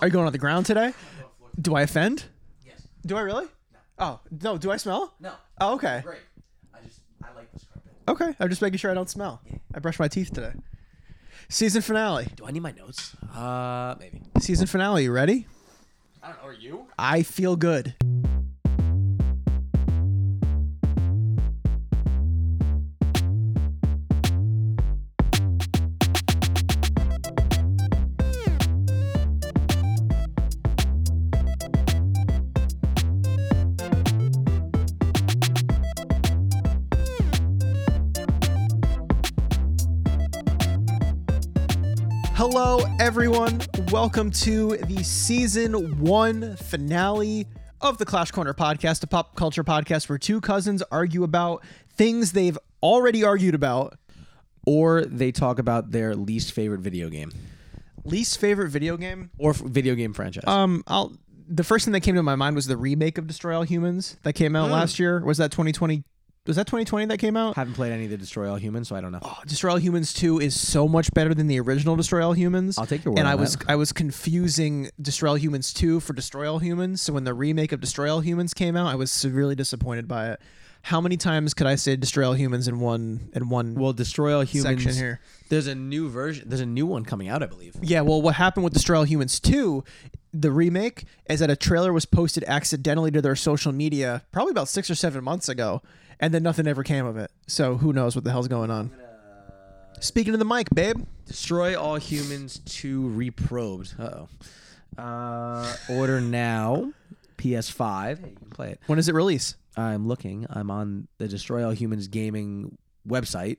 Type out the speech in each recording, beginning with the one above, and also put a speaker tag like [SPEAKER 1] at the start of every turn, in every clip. [SPEAKER 1] Are you going on the ground today? Do I offend?
[SPEAKER 2] Yes.
[SPEAKER 1] Do I really? Oh no. Do I smell?
[SPEAKER 2] No.
[SPEAKER 1] Oh, okay.
[SPEAKER 2] Great. I just I like this carpet.
[SPEAKER 1] Okay. I'm just making sure I don't smell. I brushed my teeth today. Season finale.
[SPEAKER 2] Do I need my notes? Uh, maybe.
[SPEAKER 1] Season finale. You ready?
[SPEAKER 2] I don't know. Are you?
[SPEAKER 1] I feel good. Hello, everyone. Welcome to the season one finale of the Clash Corner podcast, a pop culture podcast where two cousins argue about things they've already argued about.
[SPEAKER 2] Or they talk about their least favorite video game
[SPEAKER 1] Least favorite video game?
[SPEAKER 2] or f- video game franchise.
[SPEAKER 1] Um, I'll. The first thing that came to my mind was the remake of Destroy All Humans that came out last year. Was that 2020? Was that 2020 that came out?
[SPEAKER 2] Haven't played any of the Destroy All Humans, so I don't know.
[SPEAKER 1] Oh, Destroy All Humans 2 is so much better than the original Destroy All Humans.
[SPEAKER 2] I'll take your word
[SPEAKER 1] And I
[SPEAKER 2] on
[SPEAKER 1] was
[SPEAKER 2] that.
[SPEAKER 1] I was confusing Destroy All Humans 2 for Destroy All Humans. So when the remake of Destroy All Humans came out, I was severely disappointed by it. How many times could I say Destroy All Humans in one in one
[SPEAKER 2] Well, Destroy All Humans.
[SPEAKER 1] section here?
[SPEAKER 2] There's a new version. There's a new one coming out, I believe.
[SPEAKER 1] Yeah, well, what happened with Destroy All Humans 2, the remake, is that a trailer was posted accidentally to their social media probably about six or seven months ago, and then nothing ever came of it. So who knows what the hell's going on. Speaking to the mic, babe.
[SPEAKER 2] Destroy All Humans 2 Reprobed. Uh-oh. Uh, order now. PS5. Hey, you can play it.
[SPEAKER 1] When does it release?
[SPEAKER 2] I'm looking. I'm on the Destroy All Humans gaming website.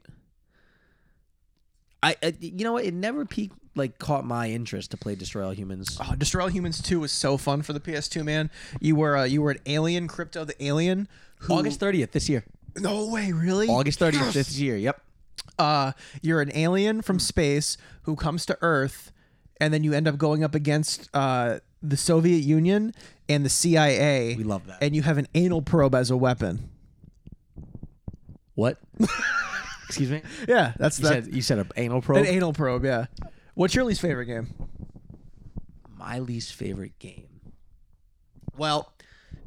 [SPEAKER 2] I, I you know what? It never peaked like caught my interest to play Destroy All Humans.
[SPEAKER 1] Oh, Destroy All Humans 2 was so fun for the PS2, man. You were uh, you were an alien, Crypto the alien. Who,
[SPEAKER 2] August 30th this year.
[SPEAKER 1] Oh, No way, really?
[SPEAKER 2] August 30th this year. Yep.
[SPEAKER 1] Uh, you're an alien
[SPEAKER 2] Hmm.
[SPEAKER 1] from space who comes to Earth, and then you end up going up against uh, the Soviet Union and the CIA.
[SPEAKER 2] We love that.
[SPEAKER 1] And you have an anal probe as a weapon.
[SPEAKER 2] What? Excuse me.
[SPEAKER 1] Yeah, that's
[SPEAKER 2] You
[SPEAKER 1] that.
[SPEAKER 2] said you said an anal
[SPEAKER 1] an
[SPEAKER 2] probe.
[SPEAKER 1] anal probe, yeah. What's your least favorite game?
[SPEAKER 2] my least favorite game. Well,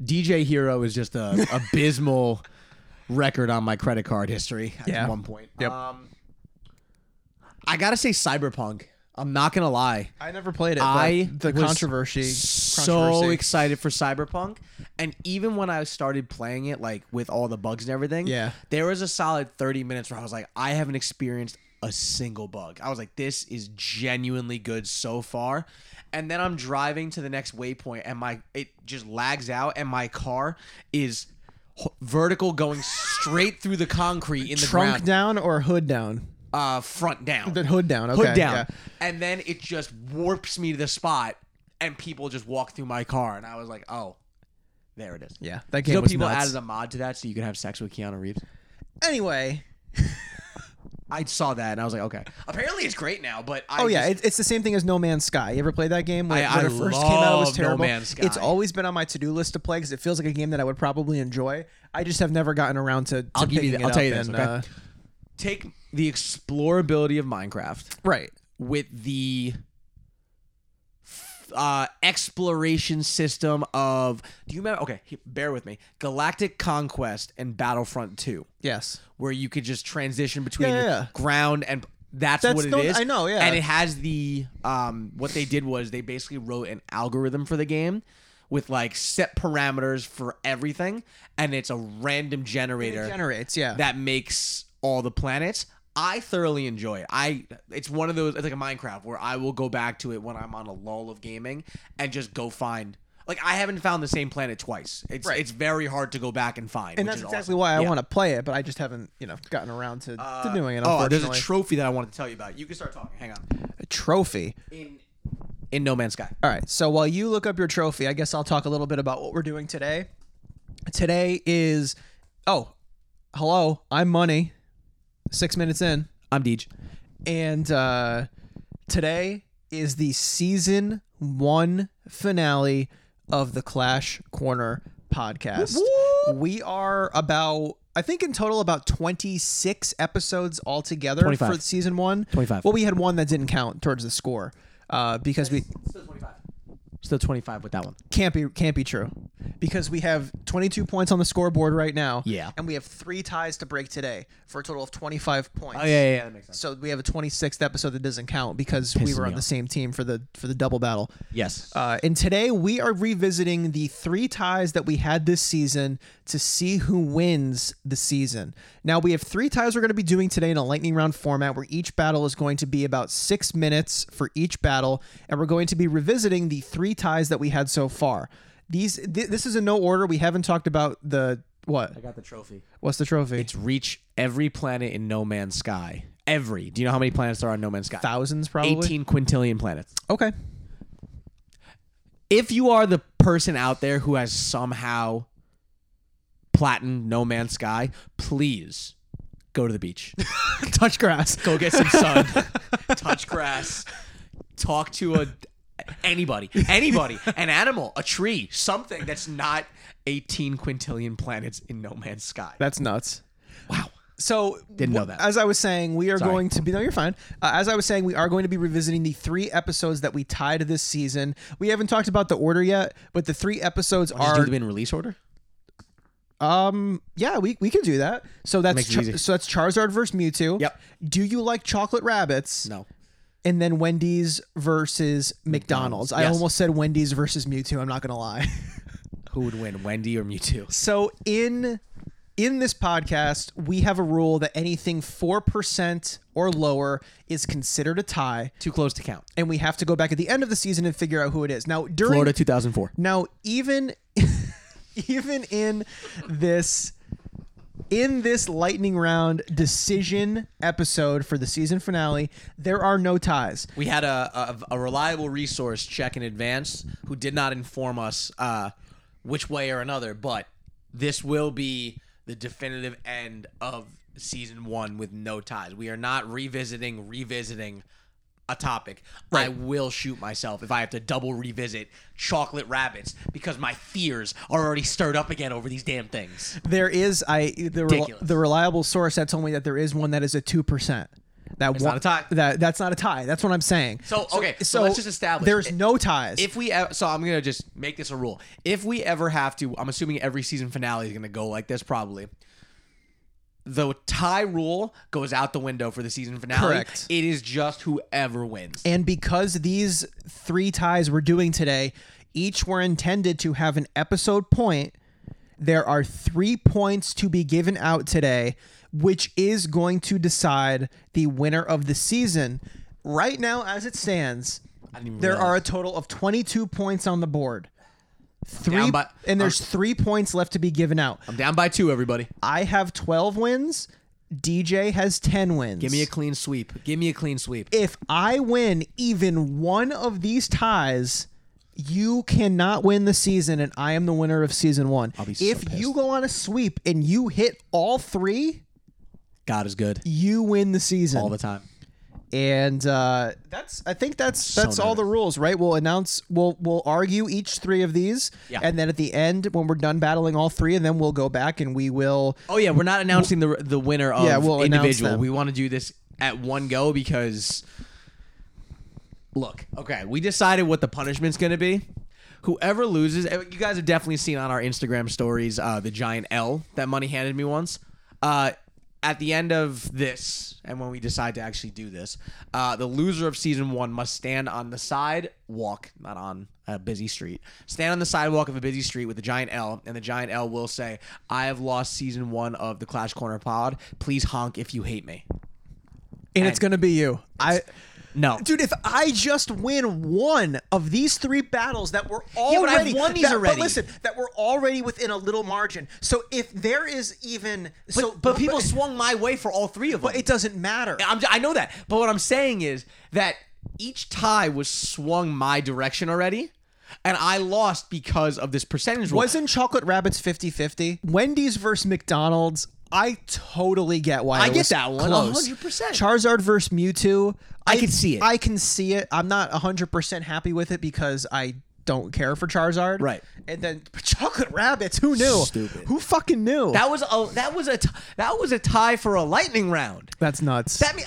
[SPEAKER 2] DJ Hero is just a abysmal record on my credit card history at
[SPEAKER 1] Yeah.
[SPEAKER 2] one point.
[SPEAKER 1] Yep.
[SPEAKER 2] Um, I gotta say Cyberpunk. I'm not gonna lie.
[SPEAKER 1] I never played it. but
[SPEAKER 2] I
[SPEAKER 1] the
[SPEAKER 2] was
[SPEAKER 1] controversy.
[SPEAKER 2] So
[SPEAKER 1] controversy.
[SPEAKER 2] excited for Cyberpunk, and even when I started playing it, like with all the bugs and everything,
[SPEAKER 1] Yeah.
[SPEAKER 2] there was a solid 30 minutes where I was like, I haven't experienced a single bug. I was like, this is genuinely good so far. And then I'm driving to the next waypoint, and my it just lags out, and my car is h- vertical going straight through the concrete in the
[SPEAKER 1] trunk
[SPEAKER 2] ground,
[SPEAKER 1] down or hood down?
[SPEAKER 2] uh, front down
[SPEAKER 1] Then hood down. Okay,
[SPEAKER 2] hood down,
[SPEAKER 1] yeah.
[SPEAKER 2] and then it just warps me to the spot, and people just walk through my car, and I was like, "Oh, there it is."
[SPEAKER 1] Yeah, that game
[SPEAKER 2] So
[SPEAKER 1] was
[SPEAKER 2] people
[SPEAKER 1] nuts.
[SPEAKER 2] added a mod to that so you could have sex with Keanu Reeves.
[SPEAKER 1] anyway,
[SPEAKER 2] I saw that and I was like, "Okay." Apparently, it's great now, but I
[SPEAKER 1] oh yeah,
[SPEAKER 2] just-
[SPEAKER 1] it, it's the same thing as No Man's Sky. You ever played that game? When, it-
[SPEAKER 2] I-
[SPEAKER 1] when
[SPEAKER 2] I
[SPEAKER 1] it first came out, it was
[SPEAKER 2] love No
[SPEAKER 1] terrible.
[SPEAKER 2] Man's Sky.
[SPEAKER 1] It's always been on my to-do list to play because it feels like a game that I would probably enjoy. I just have never gotten around to. to
[SPEAKER 2] I'll give
[SPEAKER 1] picking
[SPEAKER 2] you that-
[SPEAKER 1] it
[SPEAKER 2] I'll
[SPEAKER 1] up
[SPEAKER 2] tell you this,
[SPEAKER 1] and,
[SPEAKER 2] okay?
[SPEAKER 1] uh,
[SPEAKER 2] take the explorability of Minecraft
[SPEAKER 1] right.
[SPEAKER 2] with the uh, exploration system of. Do you remember? Okay, he- bear with me. Galactic Conquest and Battlefront Two.
[SPEAKER 1] Yes.
[SPEAKER 2] where you could just transition between
[SPEAKER 1] Yeah, yeah, yeah.
[SPEAKER 2] ground and that's,
[SPEAKER 1] That's
[SPEAKER 2] what it
[SPEAKER 1] the-
[SPEAKER 2] is.
[SPEAKER 1] I know, yeah.
[SPEAKER 2] And it has the um what they did was they basically wrote an algorithm for the game with like set parameters for everything and it's a random generator
[SPEAKER 1] It generates. Yeah.
[SPEAKER 2] that makes all the planets. I thoroughly enjoy it. I it's one of those it's like a Minecraft where I will go back to it when I'm on a lull of gaming and just go find like I haven't found the same planet twice. It's
[SPEAKER 1] Right.
[SPEAKER 2] it's very hard to go back and find.
[SPEAKER 1] and
[SPEAKER 2] which
[SPEAKER 1] that's
[SPEAKER 2] is
[SPEAKER 1] exactly
[SPEAKER 2] awesome.
[SPEAKER 1] why I
[SPEAKER 2] Yeah.
[SPEAKER 1] want to play it, but I just haven't, you know, gotten around to, to doing it.
[SPEAKER 2] Oh, there's a
[SPEAKER 1] unfortunately.
[SPEAKER 2] trophy that I wanted to tell you about. You can start talking. Hang on.
[SPEAKER 1] a trophy.
[SPEAKER 2] In in No Man's Sky.
[SPEAKER 1] All right. So while you look up your trophy, I guess I'll talk a little bit about what we're doing today. Today is, oh, hello, I'm Money. Six minutes in.
[SPEAKER 2] I'm Deej.
[SPEAKER 1] And uh, today is the season one finale of the Clash Corner podcast. We are about, I think, in total, about 26 episodes altogether
[SPEAKER 2] 25.
[SPEAKER 1] for season one.
[SPEAKER 2] 25.
[SPEAKER 1] Well, we had one that didn't count towards the score uh, because we.
[SPEAKER 2] Still 25. Still 25 with that one.
[SPEAKER 1] Can't be can't be true, because we have 22 points on the scoreboard right now.
[SPEAKER 2] Yeah.
[SPEAKER 1] and we have three ties to break today for a total of 25 points.
[SPEAKER 2] Oh, yeah, yeah. That makes sense.
[SPEAKER 1] So we have a 26th episode that doesn't count because we
[SPEAKER 2] Pissing
[SPEAKER 1] were
[SPEAKER 2] me
[SPEAKER 1] on the
[SPEAKER 2] off.
[SPEAKER 1] same team for the for the double battle.
[SPEAKER 2] Yes.
[SPEAKER 1] Uh, and today we are revisiting the three ties that we had this season to see who wins the season. Now we have three ties we're going to be doing today in a lightning round format where each battle is going to be about six minutes for each battle, and we're going to be revisiting the three ties that we had so far. These th- this is in no order. We haven't talked about the what?
[SPEAKER 2] I got the trophy.
[SPEAKER 1] What's the trophy?
[SPEAKER 2] It's reach every planet in No Man's Sky. Every. Do you know how many planets there are in No Man's Sky?
[SPEAKER 1] thousands probably.
[SPEAKER 2] 18 quintillion planets.
[SPEAKER 1] Okay.
[SPEAKER 2] If you are the person out there who has somehow platinum No Man's Sky, please go to the beach.
[SPEAKER 1] Touch grass.
[SPEAKER 2] go get some sun, touch grass, talk to a anybody, anybody, an animal, a tree, something that's not 18 quintillion planets in no man's sky.
[SPEAKER 1] That's nuts.
[SPEAKER 2] Wow.
[SPEAKER 1] So
[SPEAKER 2] Didn't know
[SPEAKER 1] wh-
[SPEAKER 2] that.
[SPEAKER 1] As I was saying, we are going to be. No, you're fine. Uh, as I was saying, we are going to be revisiting the three episodes that we tied to this season. We haven't talked about the order yet, but the three episodes
[SPEAKER 2] Just do
[SPEAKER 1] are.
[SPEAKER 2] them in release order?
[SPEAKER 1] Um, yeah, we, we can do that. So that's
[SPEAKER 2] Makes it
[SPEAKER 1] Cha-
[SPEAKER 2] easy.
[SPEAKER 1] so that's Charizard versus Mewtwo.
[SPEAKER 2] Yep.
[SPEAKER 1] Do you like chocolate rabbits?
[SPEAKER 2] No.
[SPEAKER 1] And then Wendy's versus McDonald's. I
[SPEAKER 2] Yes.
[SPEAKER 1] almost said Wendy's versus Mewtwo. I'm not gonna lie.
[SPEAKER 2] Who would win, Wendy or Mewtwo?
[SPEAKER 1] So in in this podcast, we have a rule that anything four percent or lower is considered a tie,
[SPEAKER 2] Too close to count.
[SPEAKER 1] and we have to go back at the end of the season and figure out who it is. Now during
[SPEAKER 2] Florida 2004.
[SPEAKER 1] now even even in this in this lightning round decision episode for the season finale, there are no ties.
[SPEAKER 2] We had a, a, a reliable resource check in advance who did not inform us uh, which way or another, but this will be the definitive end of season one with no ties. We are not revisiting, revisiting a topic. I will shoot myself if I have to double revisit chocolate rabbits because my fears are already stirred up again over these damn things.
[SPEAKER 1] There is I the rel-
[SPEAKER 2] Ridiculous.
[SPEAKER 1] the reliable source that told me that there is one that is a two percent. That one,
[SPEAKER 2] not a tie.
[SPEAKER 1] That that's not a tie. That's what I'm saying.
[SPEAKER 2] So, okay, so let's just establish.
[SPEAKER 1] there's
[SPEAKER 2] It-
[SPEAKER 1] no ties.
[SPEAKER 2] If we ever, so I'm gonna just make this a rule. If we ever have to, I'm assuming every season finale is gonna go like this probably. The tie rule goes out the window for the season finale.
[SPEAKER 1] Correct.
[SPEAKER 2] It is just whoever wins.
[SPEAKER 1] and because these three ties we're doing today, each were intended to have an episode point. There are three points to be given out today, which is going to decide the winner of the season. Right now, as it stands,
[SPEAKER 2] I didn't even
[SPEAKER 1] there
[SPEAKER 2] realize.
[SPEAKER 1] are a total of 22 points on the board. Three,
[SPEAKER 2] Down by-
[SPEAKER 1] and there's three points left to be given out.
[SPEAKER 2] I'm down by two, everybody.
[SPEAKER 1] I have 12 wins. DJ has 10 wins.
[SPEAKER 2] Give me a clean sweep. Give me a clean sweep.
[SPEAKER 1] if I win even one of these ties, you cannot win the season, and I am the winner of season one.
[SPEAKER 2] be so
[SPEAKER 1] if you go on a sweep and you hit all three,
[SPEAKER 2] God is good
[SPEAKER 1] you win the season.
[SPEAKER 2] all the time.
[SPEAKER 1] and uh, that's I think that's that's all
[SPEAKER 2] nervous.
[SPEAKER 1] the rules, right? We'll announce, we'll we'll argue each three of these,
[SPEAKER 2] Yeah.
[SPEAKER 1] and then at the end when we're done battling all three, and then we'll go back and we will
[SPEAKER 2] Oh yeah, we're not announcing the the winner of
[SPEAKER 1] Yeah, we'll announce
[SPEAKER 2] individual.
[SPEAKER 1] them.
[SPEAKER 2] We want to do this at one go because look, okay, we decided what the punishment's going to be. Whoever loses, eh, you guys have definitely seen on our Instagram stories uh, the giant L that money handed me once. Uh, at the end of this, and when we decide to actually do this, uh, the loser of season one must stand on the sidewalk, not on a busy street, stand on the sidewalk of a busy street with the giant L, and the giant L will say, I have lost season one of the Clash Corner pod. Please honk if you hate me.
[SPEAKER 1] and it's gonna be you. I
[SPEAKER 2] No.
[SPEAKER 1] Dude, if I just win one of these three battles that were
[SPEAKER 2] Yeah, but I've
[SPEAKER 1] already
[SPEAKER 2] won these
[SPEAKER 1] that-
[SPEAKER 2] already.
[SPEAKER 1] But listen, that were already within a little margin. So if there is even so,
[SPEAKER 2] but, people swung my way for all three of them.
[SPEAKER 1] but it doesn't matter.
[SPEAKER 2] I'm, I know that. But what I'm saying is that each tie was swung my direction already, and I lost because of this percentage rule.
[SPEAKER 1] Wasn't Chocolate Rabbits 50-50? Wendy's versus McDonald's. I totally get why I
[SPEAKER 2] get that one, 100%.
[SPEAKER 1] Charizard versus Mewtwo. I,
[SPEAKER 2] can see it.
[SPEAKER 1] I can see it. I'm not 100% happy with it because I don't care for Charizard.
[SPEAKER 2] Right.
[SPEAKER 1] And then chocolate rabbits. Who knew?
[SPEAKER 2] Stupid.
[SPEAKER 1] Who fucking knew?
[SPEAKER 2] That was a that was a t- that was a tie for a lightning round.
[SPEAKER 1] That's nuts.
[SPEAKER 2] That mean,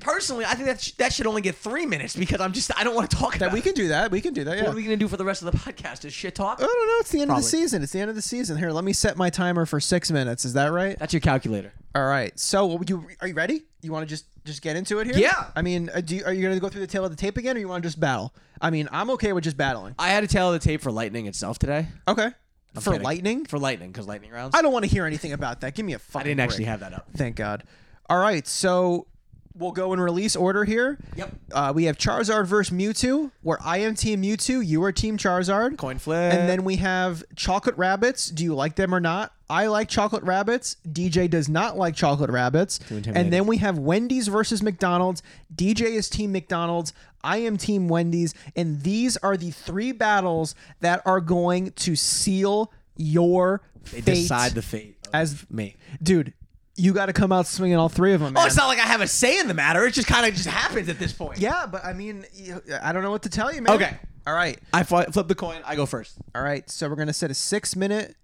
[SPEAKER 2] personally, I think that sh- that should only get three minutes because I'm just I don't want to talk
[SPEAKER 1] That
[SPEAKER 2] about.
[SPEAKER 1] we
[SPEAKER 2] it.
[SPEAKER 1] can do that. We can do that. Yeah.
[SPEAKER 2] What are we gonna do for the rest of the podcast? Is shit talk?
[SPEAKER 1] I don't know. It's the end of the
[SPEAKER 2] Probably.
[SPEAKER 1] season. It's the end of the season. Here, let me set my timer for six minutes. Is that right?
[SPEAKER 2] That's your calculator.
[SPEAKER 1] All right. So, what would you are you ready? You want to just just get into it here?
[SPEAKER 2] Yeah.
[SPEAKER 1] I mean, uh, do you, are you going to go through the tail of the tape again, or you want to just battle? I mean, I'm okay with just battling.
[SPEAKER 2] I had to tell the tape for lightning itself today.
[SPEAKER 1] Okay. for
[SPEAKER 2] kidding.
[SPEAKER 1] lightning,
[SPEAKER 2] For lightning, because lightning rounds.
[SPEAKER 1] I don't want to hear anything about that. Give me a fucking.
[SPEAKER 2] I didn't actually
[SPEAKER 1] break.
[SPEAKER 2] have that up.
[SPEAKER 1] Thank God. All right. So we'll go in release order here.
[SPEAKER 2] Yep.
[SPEAKER 1] Uh, we have Charizard versus Mewtwo, where I am Team Mewtwo, you are Team Charizard.
[SPEAKER 2] Coin flip.
[SPEAKER 1] And then we have chocolate rabbits. Do you like them or not? I like chocolate rabbits. DJ does not like chocolate rabbits.
[SPEAKER 2] intimidating.
[SPEAKER 1] And then we have Wendy's versus McDonald's. DJ is team McDonald's. I am team Wendy's. And these are the three battles that are going to seal your
[SPEAKER 2] they
[SPEAKER 1] fate.
[SPEAKER 2] decide the fate of
[SPEAKER 1] as-
[SPEAKER 2] me.
[SPEAKER 1] Dude, you got to come out swinging all three of them.
[SPEAKER 2] Oh, it's not like I have a say in the matter. It just kind of just happens at this point.
[SPEAKER 1] yeah, but I mean, you- I don't know what to tell you, man.
[SPEAKER 2] Okay.
[SPEAKER 1] All right.
[SPEAKER 2] I fi- flip the coin. I go first.
[SPEAKER 1] All right, so we're gonna set a six-minute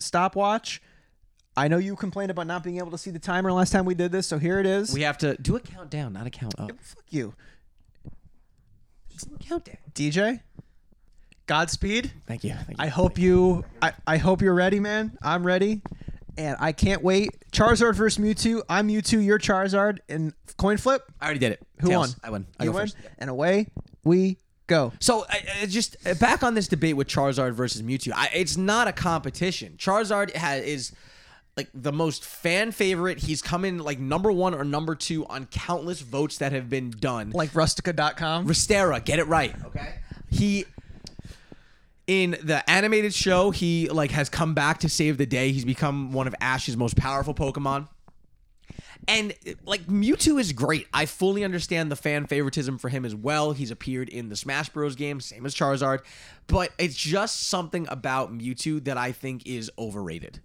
[SPEAKER 1] stopwatch. I know you complained about not being able to see the timer last time we did this, so here it is.
[SPEAKER 2] We have to do a countdown, not a count up.
[SPEAKER 1] Fuck you,
[SPEAKER 2] Just do a countdown.
[SPEAKER 1] DJ. Godspeed.
[SPEAKER 2] Thank you. Thank you.
[SPEAKER 1] I hope you. I, I hope you're ready, man. I'm ready, and I can't wait. Charizard versus Mewtwo. I'm Mewtwo. You're Charizard. And coin flip.
[SPEAKER 2] I already did it.
[SPEAKER 1] Who
[SPEAKER 2] Tails.
[SPEAKER 1] won?
[SPEAKER 2] I won. I
[SPEAKER 1] you
[SPEAKER 2] go
[SPEAKER 1] win.
[SPEAKER 2] first.
[SPEAKER 1] And away we go.
[SPEAKER 2] So I, I just uh, back on this debate with Charizard versus Mewtwo. I, it's not a competition. Charizard has, is like the most fan favorite. He's come in like number one or number two on countless votes that have been done.
[SPEAKER 1] Like Rustica.com.
[SPEAKER 2] Restera, get it right. Okay. He in the animated show, he like has come back to save the day. He's become one of Ash's most powerful Pokemon. And like Mewtwo is great. I fully understand the fan favoritism for him as well. He's appeared in the Smash Bros game, same as Charizard, but it's just something about Mewtwo that I think is overrated.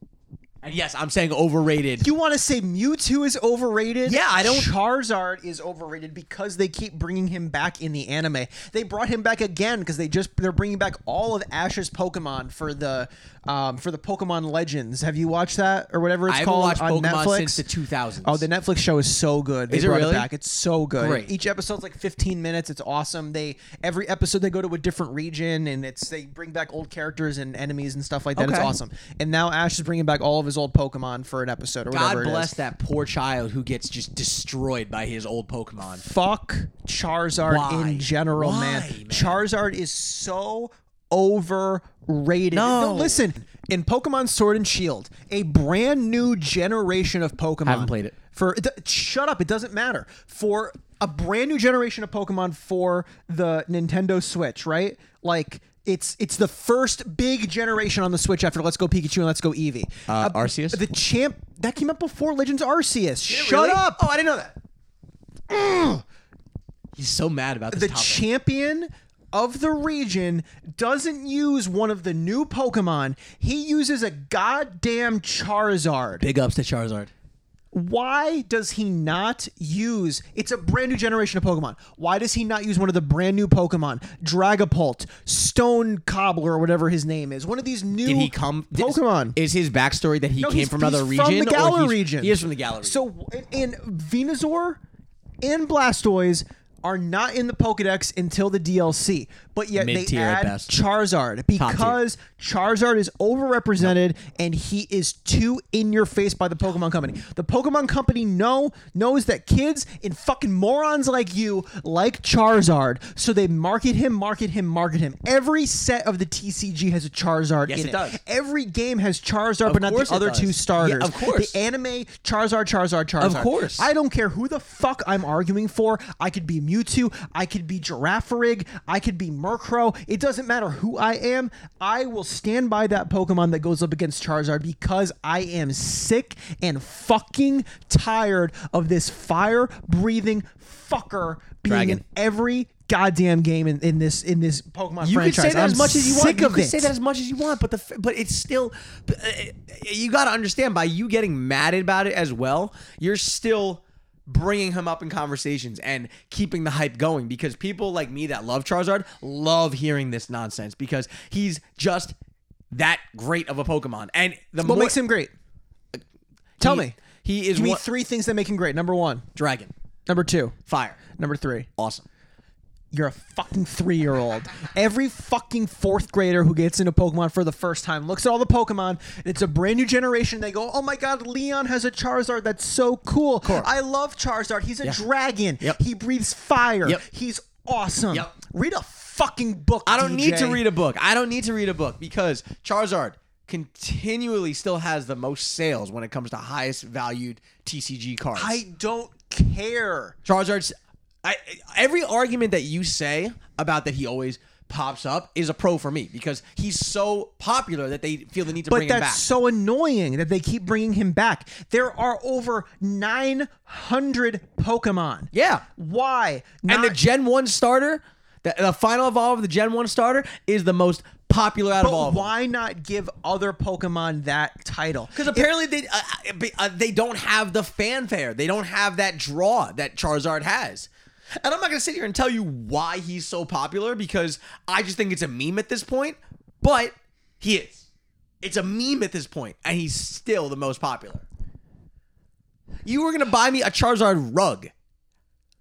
[SPEAKER 2] And yes, I'm saying overrated.
[SPEAKER 1] You want to say Mewtwo is overrated?
[SPEAKER 2] Yeah, I don't-
[SPEAKER 1] Charizard is overrated because they keep bringing him back in the anime. They brought him back again because they just they're bringing back all of Ash's Pokemon for the um, for the Pokemon Legends. Have you watched that or whatever it's
[SPEAKER 2] I haven't
[SPEAKER 1] called
[SPEAKER 2] watched
[SPEAKER 1] on
[SPEAKER 2] Pokemon
[SPEAKER 1] Netflix?
[SPEAKER 2] since the 2000s.
[SPEAKER 1] Oh, the Netflix show is so good. They
[SPEAKER 2] Is it
[SPEAKER 1] brought
[SPEAKER 2] really?
[SPEAKER 1] back. It's so good.
[SPEAKER 2] Great.
[SPEAKER 1] Each episode's like 15 minutes. It's awesome. They every episode they go to a different region and it's they bring back old characters and enemies and stuff like that. It's
[SPEAKER 2] Okay.
[SPEAKER 1] awesome. And now Ash is bringing back all of his old Pokemon for an episode or whatever.
[SPEAKER 2] God
[SPEAKER 1] it is.
[SPEAKER 2] bless that poor child who gets just destroyed by his old Pokemon.
[SPEAKER 1] fuck Charizard
[SPEAKER 2] Why?
[SPEAKER 1] in general,
[SPEAKER 2] Why,
[SPEAKER 1] man.
[SPEAKER 2] man?
[SPEAKER 1] Charizard is so overrated.
[SPEAKER 2] No.
[SPEAKER 1] listen. In Pokemon Sword and Shield, a brand new generation of Pokemon.
[SPEAKER 2] Haven't played it.
[SPEAKER 1] For it do- shut up, it doesn't matter. For a brand new generation of Pokemon for the Nintendo Switch, right? Like it's it's the first big generation on the Switch after Let's Go Pikachu and Let's Go Eevee.
[SPEAKER 2] Uh, Arceus?
[SPEAKER 1] the champ that came up before Legends Arceus. Shut
[SPEAKER 2] Really?
[SPEAKER 1] up.
[SPEAKER 2] Oh, I didn't know that. He's so mad about this
[SPEAKER 1] the
[SPEAKER 2] topic.
[SPEAKER 1] champion of the region doesn't use one of the new Pokemon. He uses a goddamn Charizard.
[SPEAKER 2] Big ups to Charizard.
[SPEAKER 1] Why does he not use? It's a brand new generation of Pokemon. Why does he not use one of the brand new Pokemon? Dragapult, Stone Cobbler, or whatever his name is. One of these new
[SPEAKER 2] Did he come? did-
[SPEAKER 1] Pokemon.
[SPEAKER 2] Is his backstory that he
[SPEAKER 1] No,
[SPEAKER 2] came
[SPEAKER 1] he's-
[SPEAKER 2] from another
[SPEAKER 1] he's
[SPEAKER 2] region?
[SPEAKER 1] From the
[SPEAKER 2] or
[SPEAKER 1] Galar
[SPEAKER 2] he's-
[SPEAKER 1] region.
[SPEAKER 2] He is from the Galar region.
[SPEAKER 1] So and, and Venusaur and Blastoise are not in the Pokedex until the DLC, but yet
[SPEAKER 2] Mid-tier
[SPEAKER 1] they
[SPEAKER 2] at
[SPEAKER 1] add
[SPEAKER 2] best.
[SPEAKER 1] Charizard because Charizard is overrepresented and he is too in your face by the Pokemon Company. The Pokemon Company know knows that kids and fucking morons like you like Charizard, so they market him, market him, market him. Every set of the TCG has a Charizard
[SPEAKER 2] Yes,
[SPEAKER 1] in
[SPEAKER 2] it does.
[SPEAKER 1] Every game has Charizard, but not
[SPEAKER 2] course
[SPEAKER 1] the
[SPEAKER 2] it
[SPEAKER 1] other
[SPEAKER 2] does.
[SPEAKER 1] two
[SPEAKER 2] Yeah,
[SPEAKER 1] starters.
[SPEAKER 2] of course.
[SPEAKER 1] The anime Charizard, Charizard, Charizard.
[SPEAKER 2] Of course.
[SPEAKER 1] I don't care who the fuck I'm arguing for. I could be Mewtwo. I could be Girafarig. I could be Murkrow. It doesn't matter who I am. I will stand by that Pokemon that goes up against Charizard because I am sick and fucking tired of this fire breathing fucker being
[SPEAKER 2] Dragon.
[SPEAKER 1] in every goddamn game in, in this in this Pokemon
[SPEAKER 2] you
[SPEAKER 1] franchise.
[SPEAKER 2] can say that
[SPEAKER 1] I'm
[SPEAKER 2] as much as you
[SPEAKER 1] sick
[SPEAKER 2] want. You
[SPEAKER 1] of
[SPEAKER 2] can
[SPEAKER 1] it.
[SPEAKER 2] say that as much as you want, but the f- but it's still uh, you got to understand by you getting mad about it as well, you're still bringing him up in conversations and keeping the hype going because people like me that love Charizard love hearing this nonsense because he's just that great of a Pokemon. And the
[SPEAKER 1] What
[SPEAKER 2] more
[SPEAKER 1] makes him great? Tell
[SPEAKER 2] he-
[SPEAKER 1] me.
[SPEAKER 2] he is
[SPEAKER 1] Give me
[SPEAKER 2] one,
[SPEAKER 1] three things that make him great. Number one,
[SPEAKER 2] dragon,
[SPEAKER 1] number two,
[SPEAKER 2] fire,
[SPEAKER 1] number three.
[SPEAKER 2] awesome.
[SPEAKER 1] You're a fucking three year old. Every fucking fourth grader who gets into Pokemon for the first time looks at all the Pokemon. and It's a brand new generation. They go, oh my God, Leon has a Charizard. That's so cool. I love Charizard. He's a dragon.
[SPEAKER 2] Yep.
[SPEAKER 1] He breathes fire.
[SPEAKER 2] Yep.
[SPEAKER 1] He's awesome.
[SPEAKER 2] Yep.
[SPEAKER 1] Read a fucking book.
[SPEAKER 2] I don't need to read a book. I don't need to read a book because Charizard continually still has the most sales when it comes to highest valued TCG cards.
[SPEAKER 1] I don't care.
[SPEAKER 2] Charizard's I, every argument that you say about that he always pops up is a pro for me because he's so popular that they feel the need to
[SPEAKER 1] But
[SPEAKER 2] bring
[SPEAKER 1] that's
[SPEAKER 2] him back.
[SPEAKER 1] so annoying that they keep bringing him back. There are over 900 Pokemon.
[SPEAKER 2] yeah.
[SPEAKER 1] Why?
[SPEAKER 2] And the
[SPEAKER 1] Not-
[SPEAKER 2] Gen 1 starter, the, the final evolve of the Gen 1 starter is the most popular out of all
[SPEAKER 1] But
[SPEAKER 2] of them.
[SPEAKER 1] why not give other Pokemon that title?
[SPEAKER 2] Because apparently they uh, uh, be- uh, they don't have the fanfare. They don't have that draw that Charizard has. And I'm not gonna sit here and tell you why he's so popular because I just think it's a meme at this point. But he is. It's a meme at this point, and he's still the most popular. You were gonna buy me a Charizard rug.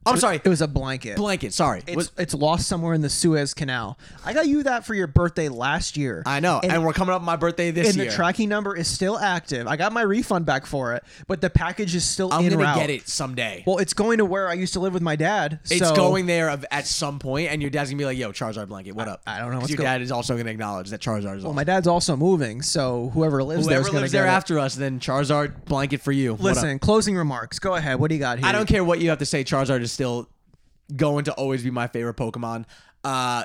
[SPEAKER 2] I'm sorry,
[SPEAKER 1] it was a blanket.
[SPEAKER 2] blanket. Sorry,
[SPEAKER 1] it's,
[SPEAKER 2] Was-
[SPEAKER 1] it's lost somewhere in the Suez Canal. I got you that for your birthday last year.
[SPEAKER 2] I know. And,
[SPEAKER 1] And,
[SPEAKER 2] we're coming up on my birthday this
[SPEAKER 1] and
[SPEAKER 2] year.
[SPEAKER 1] the tracking number is still active. I got my refund back for it, but the package is still
[SPEAKER 2] I'm
[SPEAKER 1] in
[SPEAKER 2] gonna
[SPEAKER 1] route.
[SPEAKER 2] get it someday.
[SPEAKER 1] Well, it's going to where I used to live with my dad.
[SPEAKER 2] It's
[SPEAKER 1] so-
[SPEAKER 2] going there of- at some point, and your dad's gonna be like, "Yo, Charizard blanket, what up?"
[SPEAKER 1] I don't know
[SPEAKER 2] 'Cause
[SPEAKER 1] what's
[SPEAKER 2] your
[SPEAKER 1] going-
[SPEAKER 2] dad is also gonna acknowledge that Charizard is.
[SPEAKER 1] Well,
[SPEAKER 2] awesome.
[SPEAKER 1] my dad's also moving, so whoever lives there is
[SPEAKER 2] Whoever
[SPEAKER 1] going to
[SPEAKER 2] lives
[SPEAKER 1] get
[SPEAKER 2] there
[SPEAKER 1] it.
[SPEAKER 2] after us, then Charizard blanket for you. What up?
[SPEAKER 1] Listen, closing remarks. Go ahead. What do you got here?
[SPEAKER 2] I don't care what you have to say. Charizard is still going to always be my favorite Pokemon.
[SPEAKER 1] I
[SPEAKER 2] Uh,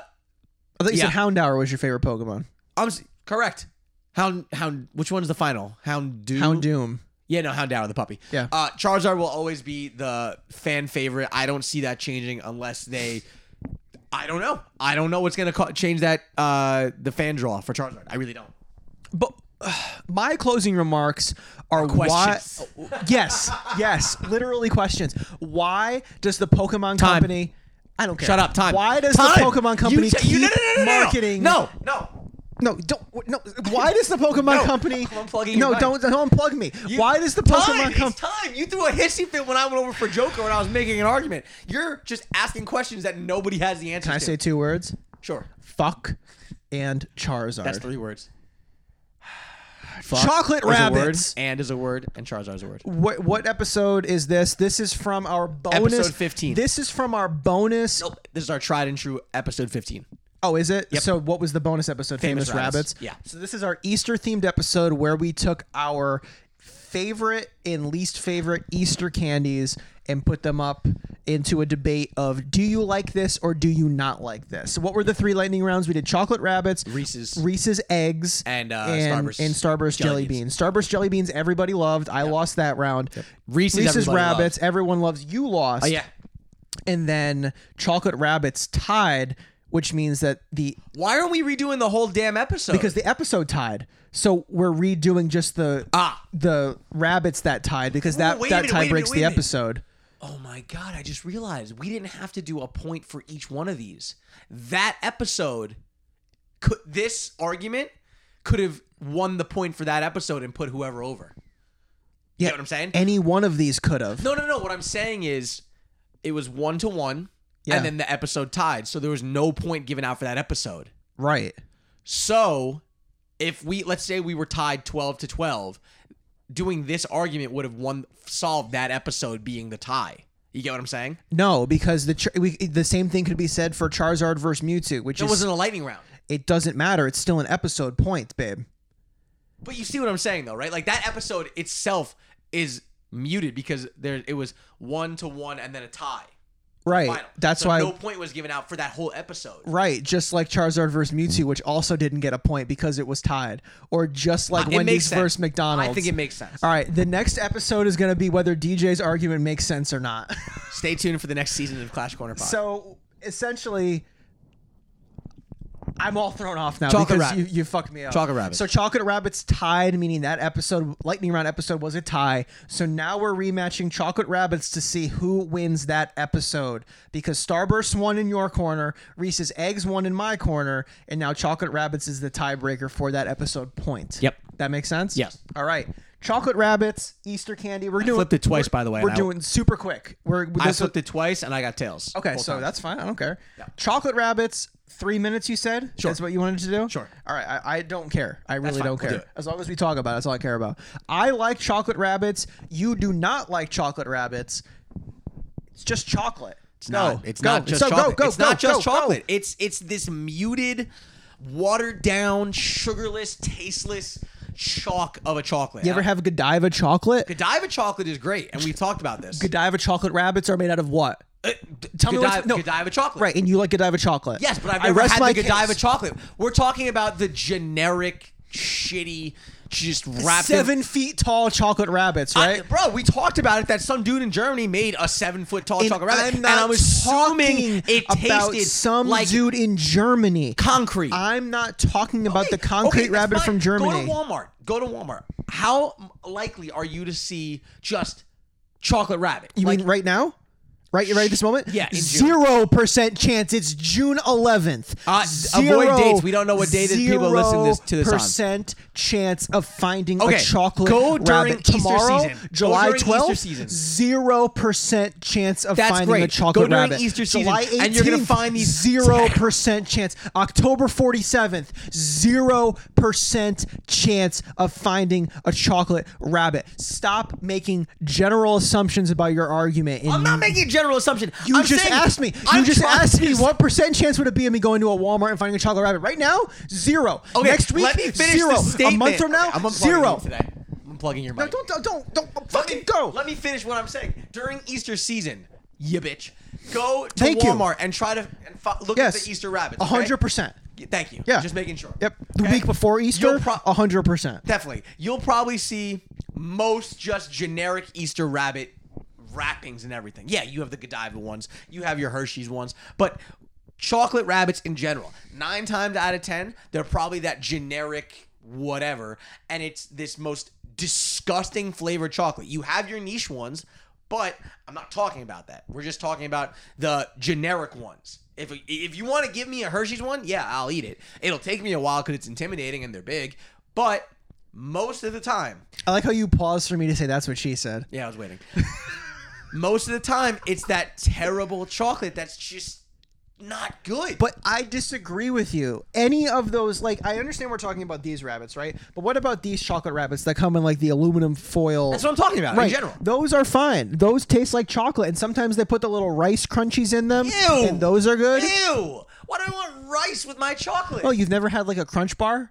[SPEAKER 1] thought you
[SPEAKER 2] yeah.
[SPEAKER 1] said Houndour was your favorite Pokemon.
[SPEAKER 2] I'm s- correct. Hound, Hound. Which one's the final? Houndoom.
[SPEAKER 1] Houndoom.
[SPEAKER 2] Yeah, no, Houndour the puppy.
[SPEAKER 1] Yeah.
[SPEAKER 2] Uh, Charizard will always be the fan favorite. I don't see that changing unless they. I don't know. I don't know what's gonna ca- change that uh the fan draw for Charizard. I really don't.
[SPEAKER 1] But uh, my closing remarks are
[SPEAKER 2] Uh, questions.
[SPEAKER 1] why. Yes, yes, literally questions. Why does the Pokemon company? I don't care.
[SPEAKER 2] Shut up, time.
[SPEAKER 1] Why does
[SPEAKER 2] Time.
[SPEAKER 1] the Pokemon company
[SPEAKER 2] You ta-
[SPEAKER 1] keep
[SPEAKER 2] you- no, no, no, no, no, no.
[SPEAKER 1] marketing?
[SPEAKER 2] No, no.
[SPEAKER 1] no, don't. No, why does the Pokemon
[SPEAKER 2] No,
[SPEAKER 1] company?
[SPEAKER 2] I'm unplugging
[SPEAKER 1] no,
[SPEAKER 2] your
[SPEAKER 1] don't don't unplug me. why does the Pokemon
[SPEAKER 2] time,
[SPEAKER 1] company?
[SPEAKER 2] It's time. You threw a hissy fit when I went over for Joker when I was making an argument. You're just asking questions that nobody has the answer
[SPEAKER 1] Can I
[SPEAKER 2] to.
[SPEAKER 1] say two words?
[SPEAKER 2] sure.
[SPEAKER 1] Fuck and Charizard.
[SPEAKER 2] That's three words.
[SPEAKER 1] Chocolate
[SPEAKER 2] Is a word,
[SPEAKER 1] rabbits.
[SPEAKER 2] and is a word, and Charizard is a word.
[SPEAKER 1] What what episode is this? This is from our bonus.
[SPEAKER 2] Episode 15.
[SPEAKER 1] This is from our bonus.
[SPEAKER 2] Nope. This is our tried and true episode 15.
[SPEAKER 1] Oh, is it? So, what was the bonus episode? Famous,
[SPEAKER 2] Rabbits.
[SPEAKER 1] Rabbits.
[SPEAKER 2] Yeah.
[SPEAKER 1] So this is our Easter themed episode where we took our favorite and least favorite Easter candies and put them up into a debate of do you like this or do you not like this? So what were the three lightning rounds? We did chocolate rabbits,
[SPEAKER 2] Reese's.
[SPEAKER 1] Reese's eggs,
[SPEAKER 2] And, uh,
[SPEAKER 1] and
[SPEAKER 2] Starburst
[SPEAKER 1] and Starburst jelly,
[SPEAKER 2] jelly
[SPEAKER 1] beans. Starburst jelly beans everybody loved. I lost that round.
[SPEAKER 2] Reese's, everybody loved.
[SPEAKER 1] rabbits everyone loves. You lost
[SPEAKER 2] Oh, yeah.
[SPEAKER 1] and then chocolate rabbits tied which means that the
[SPEAKER 2] Why aren't we redoing the whole damn episode?
[SPEAKER 1] because the episode tied so we're redoing just the
[SPEAKER 2] Ah.
[SPEAKER 1] the rabbits that tied because that
[SPEAKER 2] wait a
[SPEAKER 1] that
[SPEAKER 2] minute,
[SPEAKER 1] tie
[SPEAKER 2] wait a
[SPEAKER 1] breaks
[SPEAKER 2] minute, wait
[SPEAKER 1] the
[SPEAKER 2] a minute.
[SPEAKER 1] episode
[SPEAKER 2] Oh my god, I just realized we didn't have to do a point for each one of these. That episode could this argument could have won the point for that episode and put whoever over. You
[SPEAKER 1] Yeah.
[SPEAKER 2] know what I'm saying?
[SPEAKER 1] any one of these could have
[SPEAKER 2] No, no, no. What I'm saying is it was one to one
[SPEAKER 1] Yeah.
[SPEAKER 2] and then the episode tied, so there was no point given out for that episode.
[SPEAKER 1] right
[SPEAKER 2] So, if we let's say we were tied 12 to 12, doing this argument would have won solved that episode being the tie. You get what I'm saying?
[SPEAKER 1] no because the Char- we, the same thing could be said for charizard versus mewtwo which
[SPEAKER 2] It
[SPEAKER 1] is
[SPEAKER 2] wasn't a lightning round.
[SPEAKER 1] it doesn't matter it's still an episode point babe
[SPEAKER 2] But you see what I'm saying though, right? Like that episode itself is muted because there it was one to one and then a tie.
[SPEAKER 1] right
[SPEAKER 2] Final.
[SPEAKER 1] that's
[SPEAKER 2] So
[SPEAKER 1] why
[SPEAKER 2] no point was given out for that whole episode.
[SPEAKER 1] Right, just like Charizard versus Mewtwo, which also didn't get a point because it was tied, or just like
[SPEAKER 2] It makes
[SPEAKER 1] Wendy's
[SPEAKER 2] sense.
[SPEAKER 1] versus McDonald's.
[SPEAKER 2] I think it makes sense.
[SPEAKER 1] All right, the next episode is going to be whether DJ's argument makes sense or not.
[SPEAKER 2] Stay tuned for the next season of Clash Corner Pod.
[SPEAKER 1] so essentially, I'm all thrown off now
[SPEAKER 2] Chocolate
[SPEAKER 1] because
[SPEAKER 2] rabbit.
[SPEAKER 1] you, you fucked me up.
[SPEAKER 2] Chocolate rabbit.
[SPEAKER 1] So chocolate rabbits tied, meaning that episode lightning round episode was a tie. So now we're rematching chocolate rabbits to see who wins that episode because Starburst won in your corner, Reese's eggs won in my corner, and now chocolate rabbits is the tiebreaker for that episode point.
[SPEAKER 2] Yep.
[SPEAKER 1] That makes sense.
[SPEAKER 2] Yes.
[SPEAKER 1] All right. Chocolate rabbits, Easter candy. We're doing
[SPEAKER 2] flipped it twice, by the way,
[SPEAKER 1] We're
[SPEAKER 2] and I-
[SPEAKER 1] doing super quick. We're
[SPEAKER 2] I
[SPEAKER 1] this-
[SPEAKER 2] flipped it twice and I got tails.
[SPEAKER 1] Okay,
[SPEAKER 2] both
[SPEAKER 1] so
[SPEAKER 2] times.
[SPEAKER 1] that's fine. I don't care. Chocolate rabbits, three minutes. You said sure. that's what you wanted to do.
[SPEAKER 2] Sure.
[SPEAKER 1] All right. I, I don't care. I really
[SPEAKER 2] fine.
[SPEAKER 1] don't
[SPEAKER 2] We'll
[SPEAKER 1] care.
[SPEAKER 2] do it.
[SPEAKER 1] as long as we talk about it, that's all I care about. I like chocolate rabbits. You do not like chocolate rabbits. It's just chocolate. It's
[SPEAKER 2] No, it's not just chocolate.
[SPEAKER 1] Go, go,
[SPEAKER 2] it's
[SPEAKER 1] go,
[SPEAKER 2] not just
[SPEAKER 1] go, go.
[SPEAKER 2] chocolate. It's it's this muted, watered down, sugarless, tasteless chalk of a chocolate.
[SPEAKER 1] You ever have Godiva chocolate?
[SPEAKER 2] Godiva chocolate is great, and we've talked about this.
[SPEAKER 1] Godiva chocolate rabbits are made out of what?
[SPEAKER 2] Uh, d-
[SPEAKER 1] Tell me
[SPEAKER 2] Godiva,
[SPEAKER 1] what's- no.
[SPEAKER 2] Godiva chocolate.
[SPEAKER 1] Right, and you like Godiva chocolate.
[SPEAKER 2] Yes, but I've
[SPEAKER 1] I
[SPEAKER 2] never
[SPEAKER 1] rest
[SPEAKER 2] had
[SPEAKER 1] my
[SPEAKER 2] the Godiva
[SPEAKER 1] case.
[SPEAKER 2] chocolate. We're talking about the generic, shitty, just wrapped in-
[SPEAKER 1] Seven feet tall chocolate rabbits,
[SPEAKER 2] I-
[SPEAKER 1] right?
[SPEAKER 2] bro, we talked about it that some dude in Germany made a seven foot tall chocolate rabbit, and I'm assuming
[SPEAKER 1] talking
[SPEAKER 2] it tasted
[SPEAKER 1] some
[SPEAKER 2] like
[SPEAKER 1] dude in Germany.
[SPEAKER 2] concrete.
[SPEAKER 1] I'm not talking about the
[SPEAKER 2] Okay,
[SPEAKER 1] concrete
[SPEAKER 2] okay, that's
[SPEAKER 1] rabbit
[SPEAKER 2] fine.
[SPEAKER 1] from Germany.
[SPEAKER 2] Go to Walmart. Go to Walmart. How m- likely are you to see just chocolate rabbit?
[SPEAKER 1] you
[SPEAKER 2] like,
[SPEAKER 1] mean right now? Right, right at this moment?
[SPEAKER 2] Yeah, in June.
[SPEAKER 1] Zero percent chance. It's June 11th.
[SPEAKER 2] Uh, avoid dates. We don't know what day that people listen this- to this on.
[SPEAKER 1] percent chance of finding a
[SPEAKER 2] Okay,
[SPEAKER 1] chocolate
[SPEAKER 2] go
[SPEAKER 1] rabbit
[SPEAKER 2] during Easter
[SPEAKER 1] tomorrow,
[SPEAKER 2] season. Go
[SPEAKER 1] July
[SPEAKER 2] during Easter
[SPEAKER 1] 12th.
[SPEAKER 2] season.
[SPEAKER 1] Zero percent chance of
[SPEAKER 2] That's
[SPEAKER 1] finding a
[SPEAKER 2] great.
[SPEAKER 1] chocolate
[SPEAKER 2] Go during
[SPEAKER 1] rabbit.
[SPEAKER 2] Easter season,
[SPEAKER 1] July 18th,
[SPEAKER 2] and you're gonna find these-
[SPEAKER 1] zero percent chance. October 47th, zero percent chance of finding a chocolate rabbit. Stop making general assumptions about your argument. and
[SPEAKER 2] I'm not making a general assumption.
[SPEAKER 1] you
[SPEAKER 2] I'm
[SPEAKER 1] just
[SPEAKER 2] saying-
[SPEAKER 1] asked me. You
[SPEAKER 2] I'm
[SPEAKER 1] just
[SPEAKER 2] trying
[SPEAKER 1] asked me
[SPEAKER 2] to-
[SPEAKER 1] what percent chance would it be of me going to a Walmart and finding a chocolate rabbit? Right now, zero.
[SPEAKER 2] Okay,
[SPEAKER 1] Next week,
[SPEAKER 2] let me finish
[SPEAKER 1] zero.
[SPEAKER 2] this statement.
[SPEAKER 1] A month from now,
[SPEAKER 2] Okay, I'm unplugging
[SPEAKER 1] zero.
[SPEAKER 2] you Today. I'm plugging your mic.
[SPEAKER 1] No, don't, don't, don't, don't
[SPEAKER 2] Let
[SPEAKER 1] fucking
[SPEAKER 2] me-
[SPEAKER 1] go.
[SPEAKER 2] Let me finish what I'm saying. During Easter season, you bitch, go to
[SPEAKER 1] Thank you.
[SPEAKER 2] Walmart and try to and fo- look
[SPEAKER 1] yes,
[SPEAKER 2] at the Easter rabbits.
[SPEAKER 1] A
[SPEAKER 2] okay?
[SPEAKER 1] hundred percent.
[SPEAKER 2] Thank you.
[SPEAKER 1] Yeah.
[SPEAKER 2] Just making sure.
[SPEAKER 1] Yep. The
[SPEAKER 2] Okay?
[SPEAKER 1] week before Easter,
[SPEAKER 2] You'll pro-
[SPEAKER 1] a hundred percent.
[SPEAKER 2] Definitely. You'll probably see most just generic Easter rabbit wrappings and everything. Yeah, you have the Godiva ones, you have your Hershey's ones, but chocolate rabbits in general, nine times out of ten, they're probably that generic whatever, and it's this most disgusting flavored chocolate. You have your niche ones, but I'm not talking about that. We're just talking about the generic ones. If, if you want to give me a Hershey's one, yeah, I'll eat it. It'll take me a while because it's intimidating and they're big, but most of the time,
[SPEAKER 1] I like how you paused for me to say that's what she said.
[SPEAKER 2] yeah, I was waiting. most of the time, it's that terrible chocolate that's just not good.
[SPEAKER 1] But I disagree with you. Any of those, like, I understand we're talking about these rabbits, right? But what about these chocolate rabbits that come in like the aluminum foil?
[SPEAKER 2] that's what I'm talking about in general.
[SPEAKER 1] Those are fine. Those taste like chocolate, and sometimes they put the little rice crunchies in them,
[SPEAKER 2] Ew.
[SPEAKER 1] and those are good.
[SPEAKER 2] Ew! Why do I want rice with my chocolate?
[SPEAKER 1] Oh, you've never had like a crunch bar?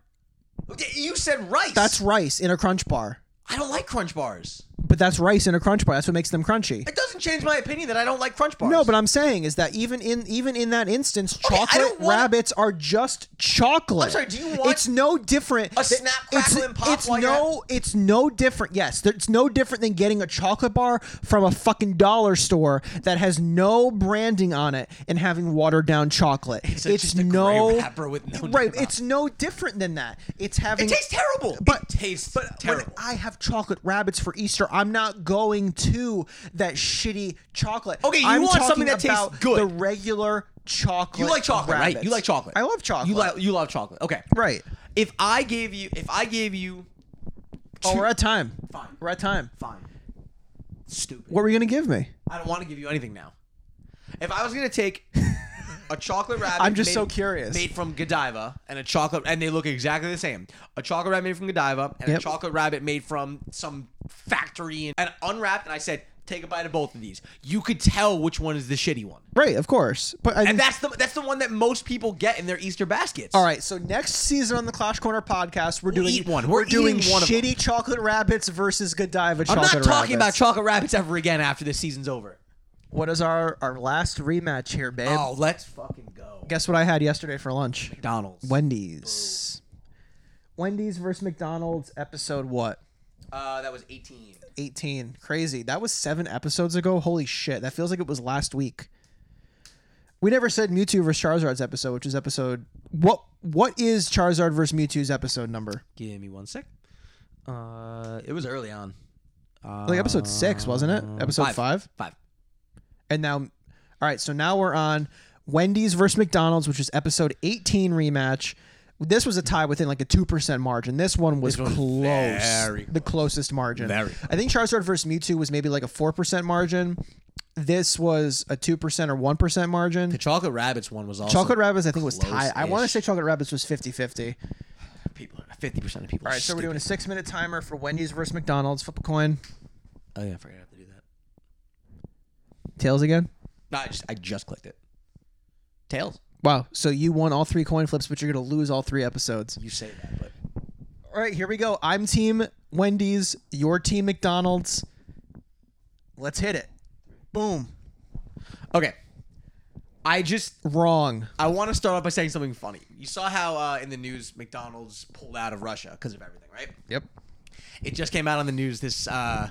[SPEAKER 2] you said rice.
[SPEAKER 1] That's rice in a crunch bar,
[SPEAKER 2] I don't like Crunch Bars.
[SPEAKER 1] but that's rice in a crunch bar. That's what makes them crunchy.
[SPEAKER 2] It doesn't change my opinion that I don't like Crunch Bars.
[SPEAKER 1] No, but I'm saying is that even in even in that instance,
[SPEAKER 2] I
[SPEAKER 1] chocolate
[SPEAKER 2] don't wanna-
[SPEAKER 1] rabbits are just chocolate.
[SPEAKER 2] I'm sorry, do you want
[SPEAKER 1] It's no different.
[SPEAKER 2] a snap,
[SPEAKER 1] it's,
[SPEAKER 2] crackle, and pop
[SPEAKER 1] It's
[SPEAKER 2] while you're
[SPEAKER 1] no. It's no different. Yes, there- it's no different than getting a chocolate bar from a fucking dollar store that has no branding on it and having watered down chocolate. It's,
[SPEAKER 2] a- just a gray
[SPEAKER 1] no
[SPEAKER 2] wrapper with no name
[SPEAKER 1] right.
[SPEAKER 2] on it.
[SPEAKER 1] It's no different than that. It's having.
[SPEAKER 2] it tastes terrible.
[SPEAKER 1] But-
[SPEAKER 2] it tastes
[SPEAKER 1] When
[SPEAKER 2] terrible.
[SPEAKER 1] I have chocolate rabbits for Easter, I'm not going to that shitty chocolate.
[SPEAKER 2] Okay, you
[SPEAKER 1] I'm
[SPEAKER 2] want
[SPEAKER 1] talking
[SPEAKER 2] something that tastes
[SPEAKER 1] about
[SPEAKER 2] good.
[SPEAKER 1] The regular chocolate.
[SPEAKER 2] you like chocolate, right?
[SPEAKER 1] rabbits.
[SPEAKER 2] You like chocolate.
[SPEAKER 1] I love chocolate.
[SPEAKER 2] You like you love chocolate. Okay.
[SPEAKER 1] right?
[SPEAKER 2] If I gave you, if I gave you,
[SPEAKER 1] Oh, we're at time.
[SPEAKER 2] Fine.
[SPEAKER 1] We're at time.
[SPEAKER 2] fine. Stupid.
[SPEAKER 1] What were you gonna give me?
[SPEAKER 2] I don't want to give you anything now. If I was gonna take a chocolate rabbit,
[SPEAKER 1] I'm just
[SPEAKER 2] made-
[SPEAKER 1] so curious.
[SPEAKER 2] Made from Godiva and a chocolate, and they look exactly the same. A chocolate rabbit made from Godiva and
[SPEAKER 1] Yep.
[SPEAKER 2] a chocolate rabbit made from some factory and, and unwrapped. And I said, take a bite of both of these. You could tell which one is the shitty one,
[SPEAKER 1] Right, of course. But I,
[SPEAKER 2] and that's the that's the one that most people get in their Easter baskets.
[SPEAKER 1] all right. So next season on the Clash Corner podcast, we're doing
[SPEAKER 2] eat one.
[SPEAKER 1] We're,
[SPEAKER 2] We're
[SPEAKER 1] doing
[SPEAKER 2] eating one of
[SPEAKER 1] shitty chocolate rabbits versus Godiva
[SPEAKER 2] I'm
[SPEAKER 1] chocolate.
[SPEAKER 2] not talking about
[SPEAKER 1] rabbits.
[SPEAKER 2] chocolate rabbits ever again after this season's over.
[SPEAKER 1] what is our our last rematch here, babe?
[SPEAKER 2] Oh, let's fucking go.
[SPEAKER 1] Guess what I had yesterday for lunch?
[SPEAKER 2] McDonald's.
[SPEAKER 1] Wendy's. Wendy's versus McDonald's episode what?
[SPEAKER 2] Uh, that was 18.
[SPEAKER 1] 18. Crazy. That was 7 episodes ago. Holy shit. That feels like it was last week. We never said Mewtwo versus Charizard's episode, which is episode what? What is Charizard versus Mewtwo's episode number?
[SPEAKER 2] Give me one sec. Uh, it was early on. Uh,
[SPEAKER 1] Like episode six, wasn't it? Episode
[SPEAKER 2] five.
[SPEAKER 1] five.
[SPEAKER 2] Five.
[SPEAKER 1] And now, all right, so now we're on Wendy's versus McDonald's, which is episode 18 rematch. This was a tie within like a 2% margin. This one was
[SPEAKER 2] This one was
[SPEAKER 1] close.
[SPEAKER 2] very
[SPEAKER 1] The closest margin.
[SPEAKER 2] Very
[SPEAKER 1] I think Charizard versus Mewtwo was maybe like a 4% margin. This was a 2% or 1% margin.
[SPEAKER 2] The chocolate rabbits one was also
[SPEAKER 1] Chocolate Rabbits, I think, was tied. I want to
[SPEAKER 2] close-ish.
[SPEAKER 1] say Chocolate Rabbits was 50 50.
[SPEAKER 2] people. Fifty percent of people.
[SPEAKER 1] All right, so we're doing a six minute timer for Wendy's versus McDonald's. Flip a coin.
[SPEAKER 2] Oh yeah, I forgot I have to do that.
[SPEAKER 1] Tails again.
[SPEAKER 2] No, I just I just clicked it. Tails.
[SPEAKER 1] Wow. So you won all three coin flips, but you're going to lose all three episodes.
[SPEAKER 2] You say that, but
[SPEAKER 1] All right, here we go. I'm team Wendy's, your team McDonald's. Let's hit it. Boom.
[SPEAKER 2] okay. I just
[SPEAKER 1] Wrong.
[SPEAKER 2] I want to start off by saying something funny. You saw how uh, in the news McDonald's pulled out of Russia because of everything, right?
[SPEAKER 1] Yep.
[SPEAKER 2] It just came out on the news this uh,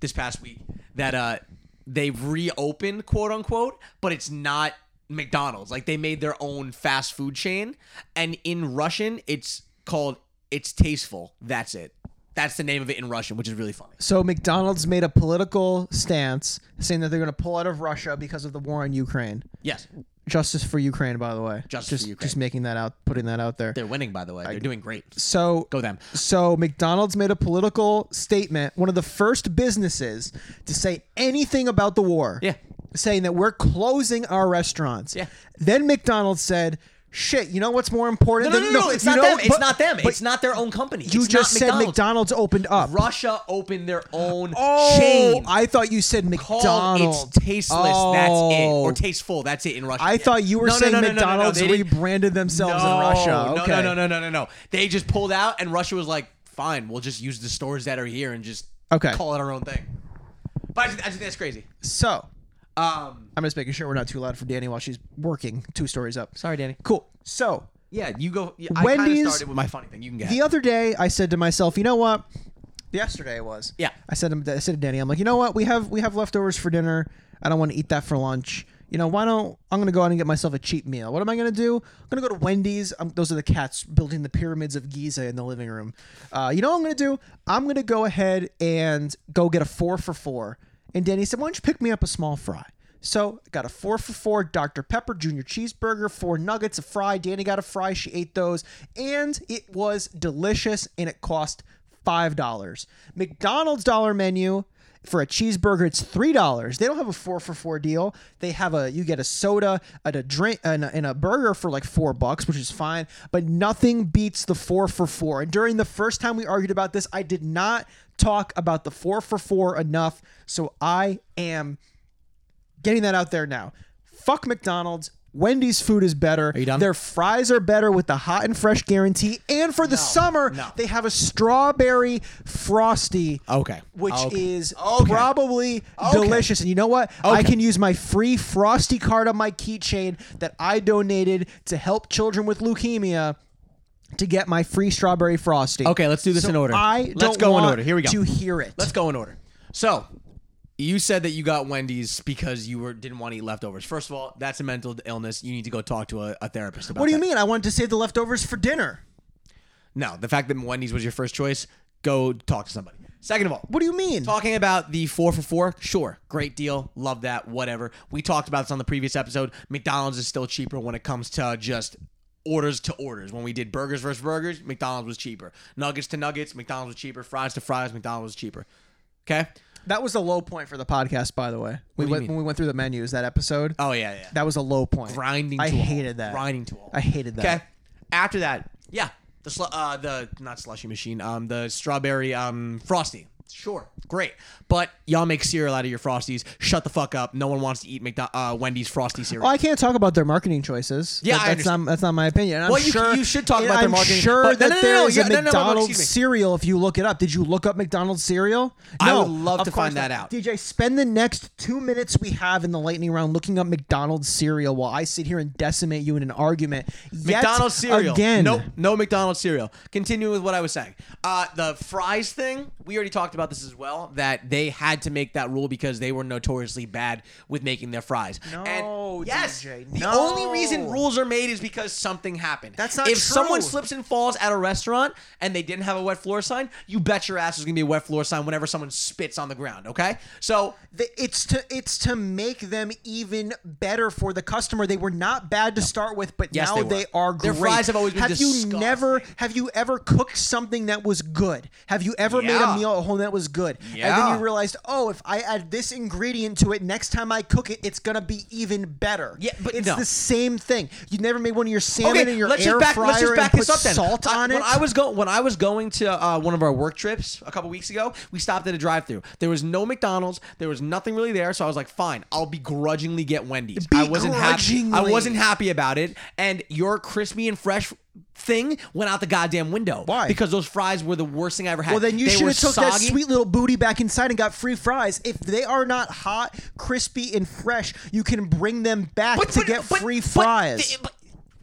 [SPEAKER 2] this past week that uh, they've reopened, quote unquote, but it's not McDonald's. Like they made their own fast food chain, and in Russian, it's called "It's Tasteful." That's it. That's the name of it in Russian, which is really funny.
[SPEAKER 1] So McDonald's made a political stance saying that they're going to pull out of Russia because of the war on Ukraine.
[SPEAKER 2] Yes,
[SPEAKER 1] Justice for Ukraine, by the way.
[SPEAKER 2] Justice
[SPEAKER 1] just,
[SPEAKER 2] for Ukraine.
[SPEAKER 1] Just making that out, putting that out there.
[SPEAKER 2] they're winning. By the way, they're doing great.
[SPEAKER 1] So
[SPEAKER 2] Go them.
[SPEAKER 1] So McDonald's made a political statement, one of the first businesses to say anything about the war.
[SPEAKER 2] Yeah.
[SPEAKER 1] Saying that we're closing our restaurants.
[SPEAKER 2] Yeah.
[SPEAKER 1] Then McDonald's said, "Shit, you know what's more important
[SPEAKER 2] No, no,
[SPEAKER 1] than
[SPEAKER 2] no, no, It's
[SPEAKER 1] you
[SPEAKER 2] not
[SPEAKER 1] know-
[SPEAKER 2] them. it's
[SPEAKER 1] but-
[SPEAKER 2] not them.
[SPEAKER 1] but
[SPEAKER 2] It's not their own company.
[SPEAKER 1] you
[SPEAKER 2] It's
[SPEAKER 1] just
[SPEAKER 2] not
[SPEAKER 1] said
[SPEAKER 2] McDonald's.
[SPEAKER 1] McDonald's opened up.
[SPEAKER 2] Russia opened their own
[SPEAKER 1] Oh,
[SPEAKER 2] chain.
[SPEAKER 1] I thought you said
[SPEAKER 2] Called
[SPEAKER 1] McDonald's.
[SPEAKER 2] It's tasteless. That's it.
[SPEAKER 1] Oh.
[SPEAKER 2] Or tasteful. That's it in Russia.
[SPEAKER 1] I thought you were
[SPEAKER 2] No, no,
[SPEAKER 1] saying
[SPEAKER 2] no, no, no, no, no,
[SPEAKER 1] McDonald's
[SPEAKER 2] they didn't-
[SPEAKER 1] rebranded themselves
[SPEAKER 2] no,
[SPEAKER 1] in Russia.
[SPEAKER 2] No,
[SPEAKER 1] Okay.
[SPEAKER 2] no, no, no, no, no, no. They just pulled out, and Russia was like, "Fine, we'll just use the stores that are here and just
[SPEAKER 1] Okay.
[SPEAKER 2] call it our own thing." But I just, I just think that's crazy.
[SPEAKER 1] So
[SPEAKER 2] Um,
[SPEAKER 1] I'm just making sure we're not too loud for Danny while she's working two stories up.
[SPEAKER 2] Sorry, Danny.
[SPEAKER 1] Cool. So
[SPEAKER 2] Yeah, you go. Yeah, I kinda
[SPEAKER 1] Wendy's-
[SPEAKER 2] started with my funny thing. You can get.
[SPEAKER 1] the other day I said to myself, you know what? Yesterday it was.
[SPEAKER 2] Yeah.
[SPEAKER 1] I said to, I said to Danny, I'm like, you know what? We have we have leftovers for dinner. I don't want to eat that for lunch. You know, why don't I'm gonna go out and get myself a cheap meal? What am I gonna do? I'm gonna go to Wendy's. Um, those are the cats building the pyramids of Giza in the living room. Uh, you know what I'm gonna do? I'm gonna go ahead and go get a four for four. And Danny said, why don't you pick me up a small fry? So I got a four for four Dr. Pepper Junior Cheeseburger, four nuggets, a fry. Danny got a fry. She ate those, and it was delicious. And it cost five dollars. McDonald's dollar menu for a cheeseburger it's three dollars. They don't have a four for four deal. They have a you get a soda and a drink and a, and a burger for like four bucks, which is fine. But nothing beats the four for four. And during the first time we argued about this, I did not talk about the four for four enough. So I am getting that out there now. Fuck McDonald's. Wendy's food is better. Are
[SPEAKER 2] you done?
[SPEAKER 1] Their fries are better with the hot and fresh guarantee. And for the summer,
[SPEAKER 2] no.
[SPEAKER 1] they have a strawberry frosty.
[SPEAKER 2] Okay.
[SPEAKER 1] Which
[SPEAKER 2] Okay.
[SPEAKER 1] is
[SPEAKER 2] Okay.
[SPEAKER 1] probably delicious. And you know what? I can use my free frosty card on my keychain that I donated to help children with leukemia to get my free strawberry frosty.
[SPEAKER 2] Okay, let's do this
[SPEAKER 1] So
[SPEAKER 2] in order.
[SPEAKER 1] I
[SPEAKER 2] Let's
[SPEAKER 1] don't
[SPEAKER 2] go in
[SPEAKER 1] want
[SPEAKER 2] order. Here we go.
[SPEAKER 1] To hear it.
[SPEAKER 2] Let's go in order. So, you said that you got Wendy's because you were didn't want to eat leftovers. First of all, that's a mental illness. You need to go talk to a, a therapist about.
[SPEAKER 1] what do you
[SPEAKER 2] that.
[SPEAKER 1] mean? I wanted to save the leftovers for dinner.
[SPEAKER 2] No, the fact that Wendy's was your first choice, go talk to somebody. Second of all,
[SPEAKER 1] What do you mean?
[SPEAKER 2] talking about the four for four, sure, great deal, love that, whatever. We talked about this on the previous episode. McDonald's is still cheaper when it comes to just orders to orders. When we did burgers versus burgers, McDonald's was cheaper. Nuggets to nuggets, McDonald's was cheaper. Fries to fries, McDonald's was cheaper. Okay.
[SPEAKER 1] That was a low point for the podcast, by the way. We
[SPEAKER 2] you
[SPEAKER 1] went
[SPEAKER 2] mean?
[SPEAKER 1] when we went through the menus that episode.
[SPEAKER 2] Oh yeah, yeah.
[SPEAKER 1] that was a low point.
[SPEAKER 2] grinding.
[SPEAKER 1] I
[SPEAKER 2] to a
[SPEAKER 1] hated
[SPEAKER 2] halt.
[SPEAKER 1] that.
[SPEAKER 2] Grinding to a halt.
[SPEAKER 1] I hated that.
[SPEAKER 2] Okay. After that, yeah, the slu- uh, the not slushy machine, um, the strawberry um frosty. Sure, great, but y'all make cereal out of your frosties. Shut the fuck up. No one wants to eat McDo- uh, Wendy's frosty cereal.
[SPEAKER 1] Well, I can't talk about their marketing choices.
[SPEAKER 2] Yeah,
[SPEAKER 1] That-
[SPEAKER 2] I
[SPEAKER 1] that's not that's not my opinion. And I'm
[SPEAKER 2] Well, you-
[SPEAKER 1] sure
[SPEAKER 2] you should talk about
[SPEAKER 1] I'm
[SPEAKER 2] their marketing,
[SPEAKER 1] sure
[SPEAKER 2] but-
[SPEAKER 1] that
[SPEAKER 2] no, no, no, no,
[SPEAKER 1] there is
[SPEAKER 2] yeah,
[SPEAKER 1] a
[SPEAKER 2] no, no, no, no,
[SPEAKER 1] McDonald's
[SPEAKER 2] excuse me.
[SPEAKER 1] cereal. If you look it up, did you look up McDonald's cereal?
[SPEAKER 2] I
[SPEAKER 1] No,
[SPEAKER 2] would love
[SPEAKER 1] of
[SPEAKER 2] to
[SPEAKER 1] course
[SPEAKER 2] find that
[SPEAKER 1] not.
[SPEAKER 2] out.
[SPEAKER 1] DJ, spend the next two minutes we have in the lightning round looking up McDonald's cereal while I sit here and decimate you in an argument. Yet
[SPEAKER 2] McDonald's cereal.
[SPEAKER 1] again.
[SPEAKER 2] Nope, no McDonald's cereal. Continuing with what I was saying. Uh, the fries thing, we already talked about this as well that they had to make that rule because they were notoriously bad with making their fries.
[SPEAKER 1] No,
[SPEAKER 2] and yes,
[SPEAKER 1] DJ,
[SPEAKER 2] the
[SPEAKER 1] no.
[SPEAKER 2] only reason rules are made is because something happened.
[SPEAKER 1] That's not
[SPEAKER 2] If someone
[SPEAKER 1] true.
[SPEAKER 2] slips and falls at a restaurant and they didn't have a wet floor sign, you bet your ass there's gonna be a wet floor sign whenever someone spits on the ground. Okay, so
[SPEAKER 1] The- it's to it's to make them even better for the customer. They were not bad to start with, but
[SPEAKER 2] Yes,
[SPEAKER 1] now
[SPEAKER 2] they
[SPEAKER 1] they,
[SPEAKER 2] were.
[SPEAKER 1] are
[SPEAKER 2] Their
[SPEAKER 1] great.
[SPEAKER 2] fries have always been
[SPEAKER 1] Have
[SPEAKER 2] disgusting.
[SPEAKER 1] you never have you ever cooked something that was good? Have you ever made
[SPEAKER 2] Yeah.
[SPEAKER 1] a meal at home that was good? And
[SPEAKER 2] Yeah.
[SPEAKER 1] then you realized, oh, if I add this ingredient to it next time I cook it, it's gonna be even better.
[SPEAKER 2] Yeah, but
[SPEAKER 1] it's
[SPEAKER 2] no.
[SPEAKER 1] the same thing. You never made one of your salmon in your
[SPEAKER 2] let's
[SPEAKER 1] air
[SPEAKER 2] just back,
[SPEAKER 1] fryer
[SPEAKER 2] let's just back
[SPEAKER 1] and
[SPEAKER 2] this
[SPEAKER 1] put
[SPEAKER 2] up then.
[SPEAKER 1] salt
[SPEAKER 2] I-
[SPEAKER 1] on
[SPEAKER 2] when
[SPEAKER 1] it.
[SPEAKER 2] I was go when I was going to uh, one of our work trips a couple weeks ago, we stopped at a drive-through. There was no McDonald's, there was nothing really there, so I was like, "Fine, I'll begrudgingly get Wendy's." I wasn't happy. I
[SPEAKER 1] Begrudgingly.
[SPEAKER 2] wasn't happy about it, and your crispy and fresh thing went out the goddamn window.
[SPEAKER 1] Why?
[SPEAKER 2] Because those fries were the worst thing I ever had.
[SPEAKER 1] Well, then you
[SPEAKER 2] They
[SPEAKER 1] should
[SPEAKER 2] were
[SPEAKER 1] have took that
[SPEAKER 2] soggy.
[SPEAKER 1] sweet little booty back inside and got free fries. If they are not hot, crispy, and fresh, you can bring them back to get
[SPEAKER 2] but-
[SPEAKER 1] free
[SPEAKER 2] but-
[SPEAKER 1] fries.
[SPEAKER 2] but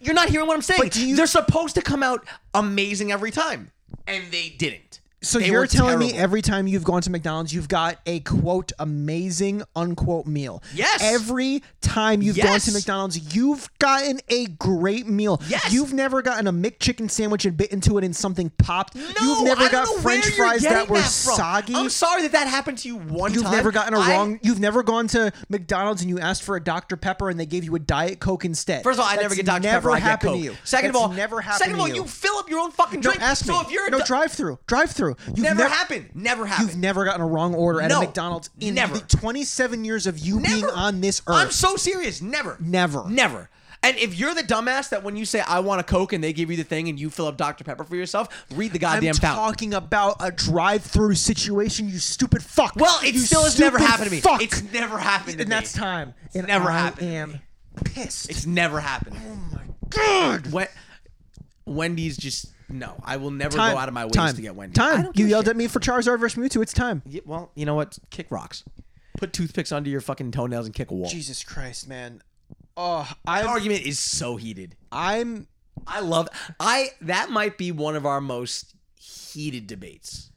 [SPEAKER 2] you're not hearing what I'm saying.
[SPEAKER 1] But do you-
[SPEAKER 2] They're supposed to come out amazing every time, and they didn't.
[SPEAKER 1] so
[SPEAKER 2] They
[SPEAKER 1] you're
[SPEAKER 2] were
[SPEAKER 1] telling me
[SPEAKER 2] terrible.
[SPEAKER 1] every time you've gone to McDonald's, you've got a quote amazing unquote meal.
[SPEAKER 2] Yes.
[SPEAKER 1] Every time you've gone to
[SPEAKER 2] Yes.
[SPEAKER 1] McDonald's, you've gotten a great meal.
[SPEAKER 2] Yes.
[SPEAKER 1] You've never gotten a McChicken sandwich and bit into it and something popped. you've
[SPEAKER 2] No,
[SPEAKER 1] never
[SPEAKER 2] I don't
[SPEAKER 1] got
[SPEAKER 2] know
[SPEAKER 1] French
[SPEAKER 2] where you're
[SPEAKER 1] fries that
[SPEAKER 2] getting
[SPEAKER 1] were
[SPEAKER 2] from.
[SPEAKER 1] soggy.
[SPEAKER 2] I'm sorry that that happened to you one
[SPEAKER 1] You've
[SPEAKER 2] time.
[SPEAKER 1] never gotten a
[SPEAKER 2] I-
[SPEAKER 1] wrong. You've never gone to McDonald's and you asked for a Dr Pepper and they gave you a Diet Coke instead.
[SPEAKER 2] First of all, I
[SPEAKER 1] That's
[SPEAKER 2] never get Dr
[SPEAKER 1] Never
[SPEAKER 2] Pepper. I get
[SPEAKER 1] happened
[SPEAKER 2] Coke.
[SPEAKER 1] to you.
[SPEAKER 2] Second
[SPEAKER 1] That's
[SPEAKER 2] of all,
[SPEAKER 1] never happened.
[SPEAKER 2] Second of all,
[SPEAKER 1] to
[SPEAKER 2] you. fill up your own fucking
[SPEAKER 1] no,
[SPEAKER 2] drink.
[SPEAKER 1] ask me.
[SPEAKER 2] So if you're a
[SPEAKER 1] no
[SPEAKER 2] du-
[SPEAKER 1] drive through, drive through. You've
[SPEAKER 2] never
[SPEAKER 1] never
[SPEAKER 2] happened. Never happened.
[SPEAKER 1] You've never gotten a wrong order at
[SPEAKER 2] No.
[SPEAKER 1] a McDonald's in
[SPEAKER 2] Never.
[SPEAKER 1] the 27 years of you being
[SPEAKER 2] Never.
[SPEAKER 1] on this earth.
[SPEAKER 2] I'm so serious. Never.
[SPEAKER 1] Never.
[SPEAKER 2] Never. And if you're the dumbass that when you say I want a Coke and they give you the thing and you fill up Dr Pepper for yourself, read the
[SPEAKER 1] I'm
[SPEAKER 2] goddamn fountain.
[SPEAKER 1] talking about a drive-through situation, you stupid fuck.
[SPEAKER 2] Well, it
[SPEAKER 1] You
[SPEAKER 2] still has never
[SPEAKER 1] stupid
[SPEAKER 2] happened to me.
[SPEAKER 1] Fuck.
[SPEAKER 2] It's never happened to
[SPEAKER 1] and
[SPEAKER 2] me.
[SPEAKER 1] that's time. and
[SPEAKER 2] never
[SPEAKER 1] I
[SPEAKER 2] happened to
[SPEAKER 1] am pissed.
[SPEAKER 2] It's never happened.
[SPEAKER 1] God.
[SPEAKER 2] Wen- Wendy's just no. I will never
[SPEAKER 1] Time.
[SPEAKER 2] go out of my ways
[SPEAKER 1] time.
[SPEAKER 2] to get Wendy's. I
[SPEAKER 1] Time.
[SPEAKER 2] don't
[SPEAKER 1] You
[SPEAKER 2] give a
[SPEAKER 1] yelled
[SPEAKER 2] shit.
[SPEAKER 1] at me for Charizard versus Mewtwo. It's time.
[SPEAKER 2] Yeah, well, you know what? Kick rocks. Put toothpicks under your fucking toenails and kick a wall.
[SPEAKER 1] Jesus Christ, man. Oh,
[SPEAKER 2] That
[SPEAKER 1] I'm,
[SPEAKER 2] argument is so heated.
[SPEAKER 1] I'm
[SPEAKER 2] I love I that might be one of our most heated debates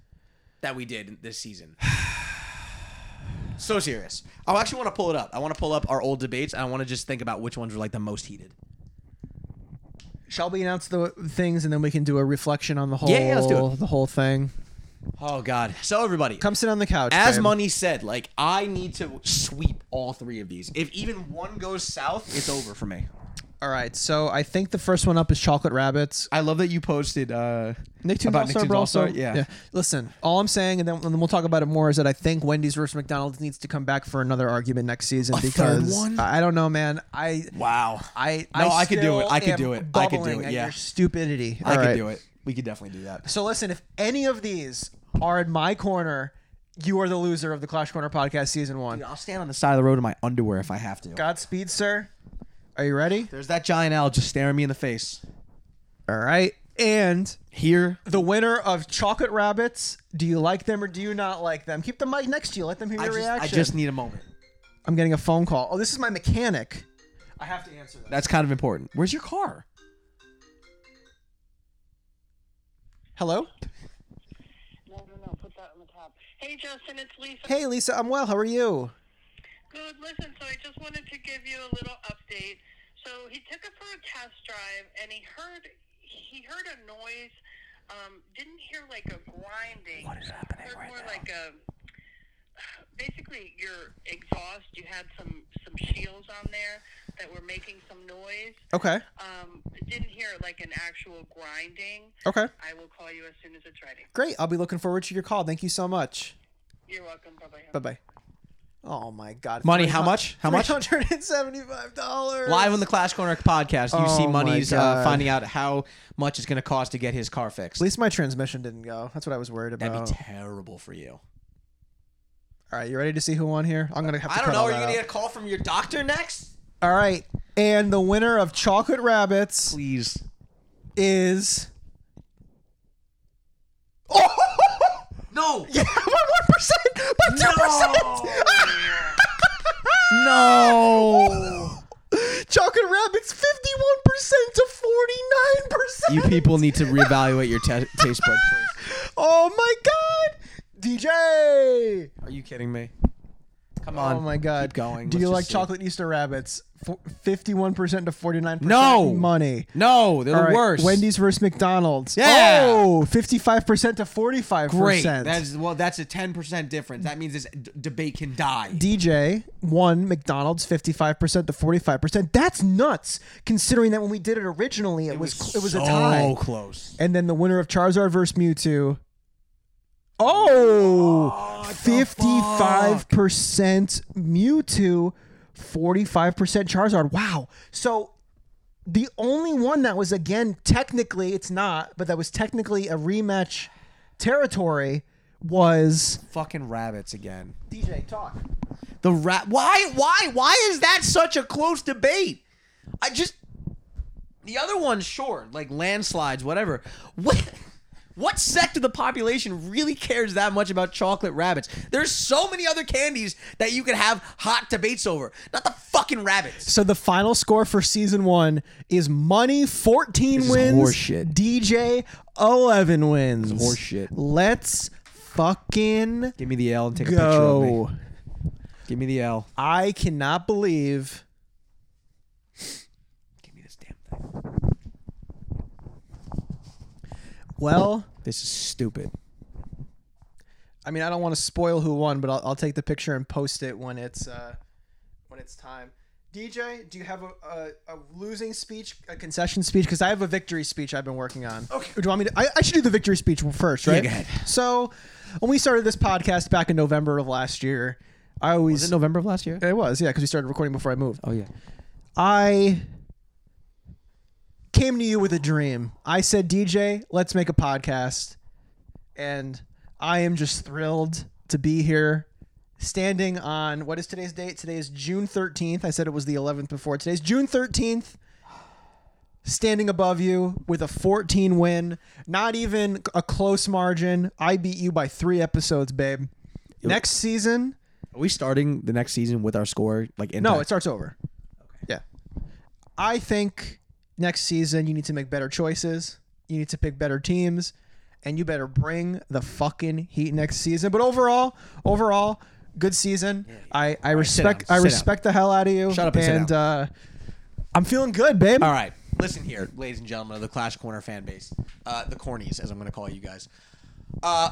[SPEAKER 2] that we did this season. So serious. Oh, I actually want to pull it up. I want to pull up our old debates and I want to just think about which ones were like the most heated.
[SPEAKER 1] shall we announce the things and then we can do a reflection on the whole
[SPEAKER 2] Yeah, yeah, let's do it.
[SPEAKER 1] the whole thing.
[SPEAKER 2] Oh god. So everybody,
[SPEAKER 1] Come sit on the couch.
[SPEAKER 2] as
[SPEAKER 1] babe.
[SPEAKER 2] money said, like I need to sweep all three of these. If even one goes south, it's over for me.
[SPEAKER 1] All right, so I think the first one up is Chocolate Rabbits.
[SPEAKER 2] I love that you posted uh
[SPEAKER 1] Nicktoons
[SPEAKER 2] About
[SPEAKER 1] All-Star
[SPEAKER 2] Nicktoons
[SPEAKER 1] Brawl,
[SPEAKER 2] All-Star,
[SPEAKER 1] so-
[SPEAKER 2] yeah.
[SPEAKER 1] Listen, all I'm saying, and then, and then we'll talk about it more, is that I think Wendy's versus McDonald's needs to come back for another argument next season
[SPEAKER 2] third
[SPEAKER 1] because
[SPEAKER 2] one?
[SPEAKER 1] I I don't know, man. I
[SPEAKER 2] Wow.
[SPEAKER 1] I
[SPEAKER 2] No, I could do
[SPEAKER 1] still
[SPEAKER 2] it. I could
[SPEAKER 1] am
[SPEAKER 2] do it. I could do
[SPEAKER 1] bubbling
[SPEAKER 2] it,
[SPEAKER 1] at
[SPEAKER 2] yeah.
[SPEAKER 1] your stupidity.
[SPEAKER 2] I
[SPEAKER 1] All
[SPEAKER 2] could
[SPEAKER 1] right.
[SPEAKER 2] do it. We could definitely do that.
[SPEAKER 1] So listen, if any of these are in my corner, you are the loser of the Clash Corner podcast season one.
[SPEAKER 2] I'll stand on the side of the road in my underwear if I have to.
[SPEAKER 1] Godspeed, sir. Are you ready?
[SPEAKER 2] There's that giant owl just staring me in the face.
[SPEAKER 1] All right. And
[SPEAKER 2] Here.
[SPEAKER 1] the winner of Chocolate Rabbits, do you like them or do you not like them? Keep the mic next to you. Let them hear
[SPEAKER 2] I
[SPEAKER 1] your
[SPEAKER 2] just, I
[SPEAKER 1] reaction.
[SPEAKER 2] just need a moment.
[SPEAKER 1] I'm getting a phone call. Oh, this is my mechanic. I have to answer that.
[SPEAKER 2] That's kind of important. Where's your car?
[SPEAKER 1] Hello?
[SPEAKER 3] No, no, no. Put that on the top. Hey, Justin, it's Lisa.
[SPEAKER 1] Hey, Lisa. I'm well. How are you?
[SPEAKER 3] Good. Listen, so I just wanted to give you a little update. So he took it for a test drive, and he heard he heard a noise. Um, didn't hear like a grinding. What is happening heard more like a basically your exhaust. You had some some shields on there that were making some noise.
[SPEAKER 1] Okay.
[SPEAKER 3] Um, didn't hear like an actual grinding.
[SPEAKER 1] Okay.
[SPEAKER 3] I will call you as soon as it's ready.
[SPEAKER 1] Great. I'll be looking forward to your call. Thank you so much.
[SPEAKER 3] You're welcome. Bye bye.
[SPEAKER 1] Bye bye. Oh my God.
[SPEAKER 2] Money, how much? How much?
[SPEAKER 1] Three hundred and seventy-five dollars.
[SPEAKER 2] Live on the Clash Corner podcast, you see
[SPEAKER 1] Oh my
[SPEAKER 2] Money's uh,
[SPEAKER 1] God.
[SPEAKER 2] finding out how much it's going to cost to get his car fixed.
[SPEAKER 1] At least my transmission didn't go. That's what I was worried about.
[SPEAKER 2] That'd be terrible for you.
[SPEAKER 1] all right, you ready to see who won here? I'm gonna have to
[SPEAKER 2] I don't
[SPEAKER 1] cut
[SPEAKER 2] know.
[SPEAKER 1] all
[SPEAKER 2] Are you
[SPEAKER 1] that
[SPEAKER 2] going to
[SPEAKER 1] out.
[SPEAKER 2] get a call from your doctor next?
[SPEAKER 1] All right, and the winner of Chocolate Rabbits
[SPEAKER 2] Please.
[SPEAKER 1] is.
[SPEAKER 2] No.
[SPEAKER 1] Yeah, by one percent, by two percent.
[SPEAKER 2] No.
[SPEAKER 1] Chocolate Rabbits, fifty-one percent to forty-nine percent.
[SPEAKER 2] you people need to reevaluate your te- taste bud choice.
[SPEAKER 1] Oh my God. Do DJ.
[SPEAKER 2] Are you kidding me? Come on.
[SPEAKER 1] Oh my God.
[SPEAKER 2] Keep going.
[SPEAKER 1] Do
[SPEAKER 2] Let's
[SPEAKER 1] you
[SPEAKER 2] just
[SPEAKER 1] like
[SPEAKER 2] see.
[SPEAKER 1] chocolate Easter rabbits? Fifty-one percent to forty-nine percent.
[SPEAKER 2] No.
[SPEAKER 1] money.
[SPEAKER 2] No, they're
[SPEAKER 1] All
[SPEAKER 2] the
[SPEAKER 1] right,
[SPEAKER 2] worst.
[SPEAKER 1] Wendy's versus McDonald's.
[SPEAKER 2] Yeah.
[SPEAKER 1] Oh, 55% to 45%.
[SPEAKER 2] Great. That's well. That's a ten percent difference. That means this d- debate can die.
[SPEAKER 1] DJ won McDonald's 55% to 45%. That's nuts considering that when we did it originally it, was, cl- it was a tie.
[SPEAKER 2] So close.
[SPEAKER 1] And then the winner of Charizard versus Mewtwo Oh,
[SPEAKER 2] What the
[SPEAKER 1] 55%
[SPEAKER 2] fuck?
[SPEAKER 1] Mewtwo, 45% Charizard. Wow. So the only one that was again technically it's not, but that was technically a rematch territory was
[SPEAKER 2] Fucking rabbits again.
[SPEAKER 1] DJ talk.
[SPEAKER 2] The rat. Why? Why? Why is that such a close debate? I just. The other one's sure, like landslides, whatever. What? What sect of the population really cares that much about chocolate rabbits? There's so many other candies that you could have hot debates over. Not the fucking rabbits.
[SPEAKER 1] So the final score for season 1 is Money 14
[SPEAKER 2] is
[SPEAKER 1] wins,
[SPEAKER 2] horseshit.
[SPEAKER 1] DJ 11 wins.
[SPEAKER 2] is horseshit.
[SPEAKER 1] Let's fucking
[SPEAKER 2] Give me the L and take
[SPEAKER 1] go.
[SPEAKER 2] Give me the L.
[SPEAKER 1] I cannot believe
[SPEAKER 2] Give me this damn thing.
[SPEAKER 1] well
[SPEAKER 2] This is stupid.
[SPEAKER 1] I mean, I don't want to spoil who won, but I'll, I'll take the picture and post it when it's uh, when it's time. DJ, do you have a, a, a losing speech, a concession speech? Because I have a victory speech I've been working on. Okay. Do you want me to? I, I should do the victory speech first, right?
[SPEAKER 2] go ahead.
[SPEAKER 1] So, when we started this podcast back in November of last year, I always
[SPEAKER 2] Is it November of last year?
[SPEAKER 1] it was yeah because we started recording before I moved.
[SPEAKER 2] Oh yeah.
[SPEAKER 1] I came to you with a dream. I said, DJ, let's make a podcast. And I am just thrilled to be here standing on what is today's date? Today is June 13th. I said it was the 11th before. Today's June 13th. Standing above you with a 14 win, not even a close margin. I beat you by three episodes, babe. Next season,
[SPEAKER 2] Are we starting the next season with our score? Like in
[SPEAKER 1] no, it starts over. Yeah. I think next season you need to make better choices. You need to pick better teams and you better bring the fucking heat next season. But overall, overall, good season. I I respect
[SPEAKER 2] down,
[SPEAKER 1] I
[SPEAKER 2] sit down.
[SPEAKER 1] respect the hell out of you.
[SPEAKER 2] Shut up and sit
[SPEAKER 1] and uh I'm feeling good, babe.
[SPEAKER 2] All right, listen here, ladies and gentlemen of the Clash Corner fan base, uh, the cornies, as I'm going to call you guys. Uh,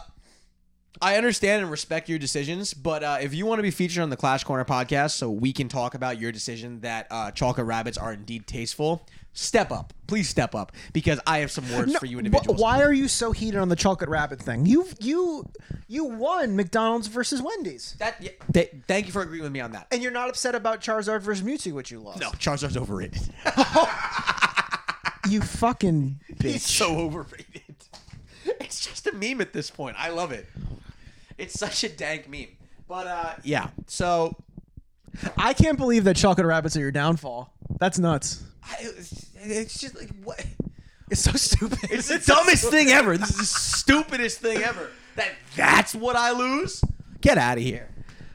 [SPEAKER 2] I understand and respect your decisions, but uh, if you want to be featured on the Clash Corner podcast, so we can talk about your decision that uh, chocolate rabbits are indeed tasteful, step up, please step up, because I have some words
[SPEAKER 1] No,
[SPEAKER 2] for you
[SPEAKER 1] wh-
[SPEAKER 2] individuals.
[SPEAKER 1] why are you so heated on the chocolate rabbit thing? You you you won McDonald's versus Wendy's.
[SPEAKER 2] That, yeah, th- thank you for agreeing with me on that.
[SPEAKER 1] And you're not upset about Charizard versus Mewtwo, which you lost.
[SPEAKER 2] No, Charizard's overrated.
[SPEAKER 1] You fucking
[SPEAKER 2] He's
[SPEAKER 1] bitch.
[SPEAKER 2] so overrated. It's just a meme at this point. I love it. It's such a dank meme. But uh, yeah, so
[SPEAKER 1] I can't believe that chocolate rabbits are your downfall. That's nuts.
[SPEAKER 2] I, it's- it's just like what?
[SPEAKER 1] It's so stupid.
[SPEAKER 2] It's the dumbest thing ever. This is the stupidest thing ever. That that's what I lose. Get out of here.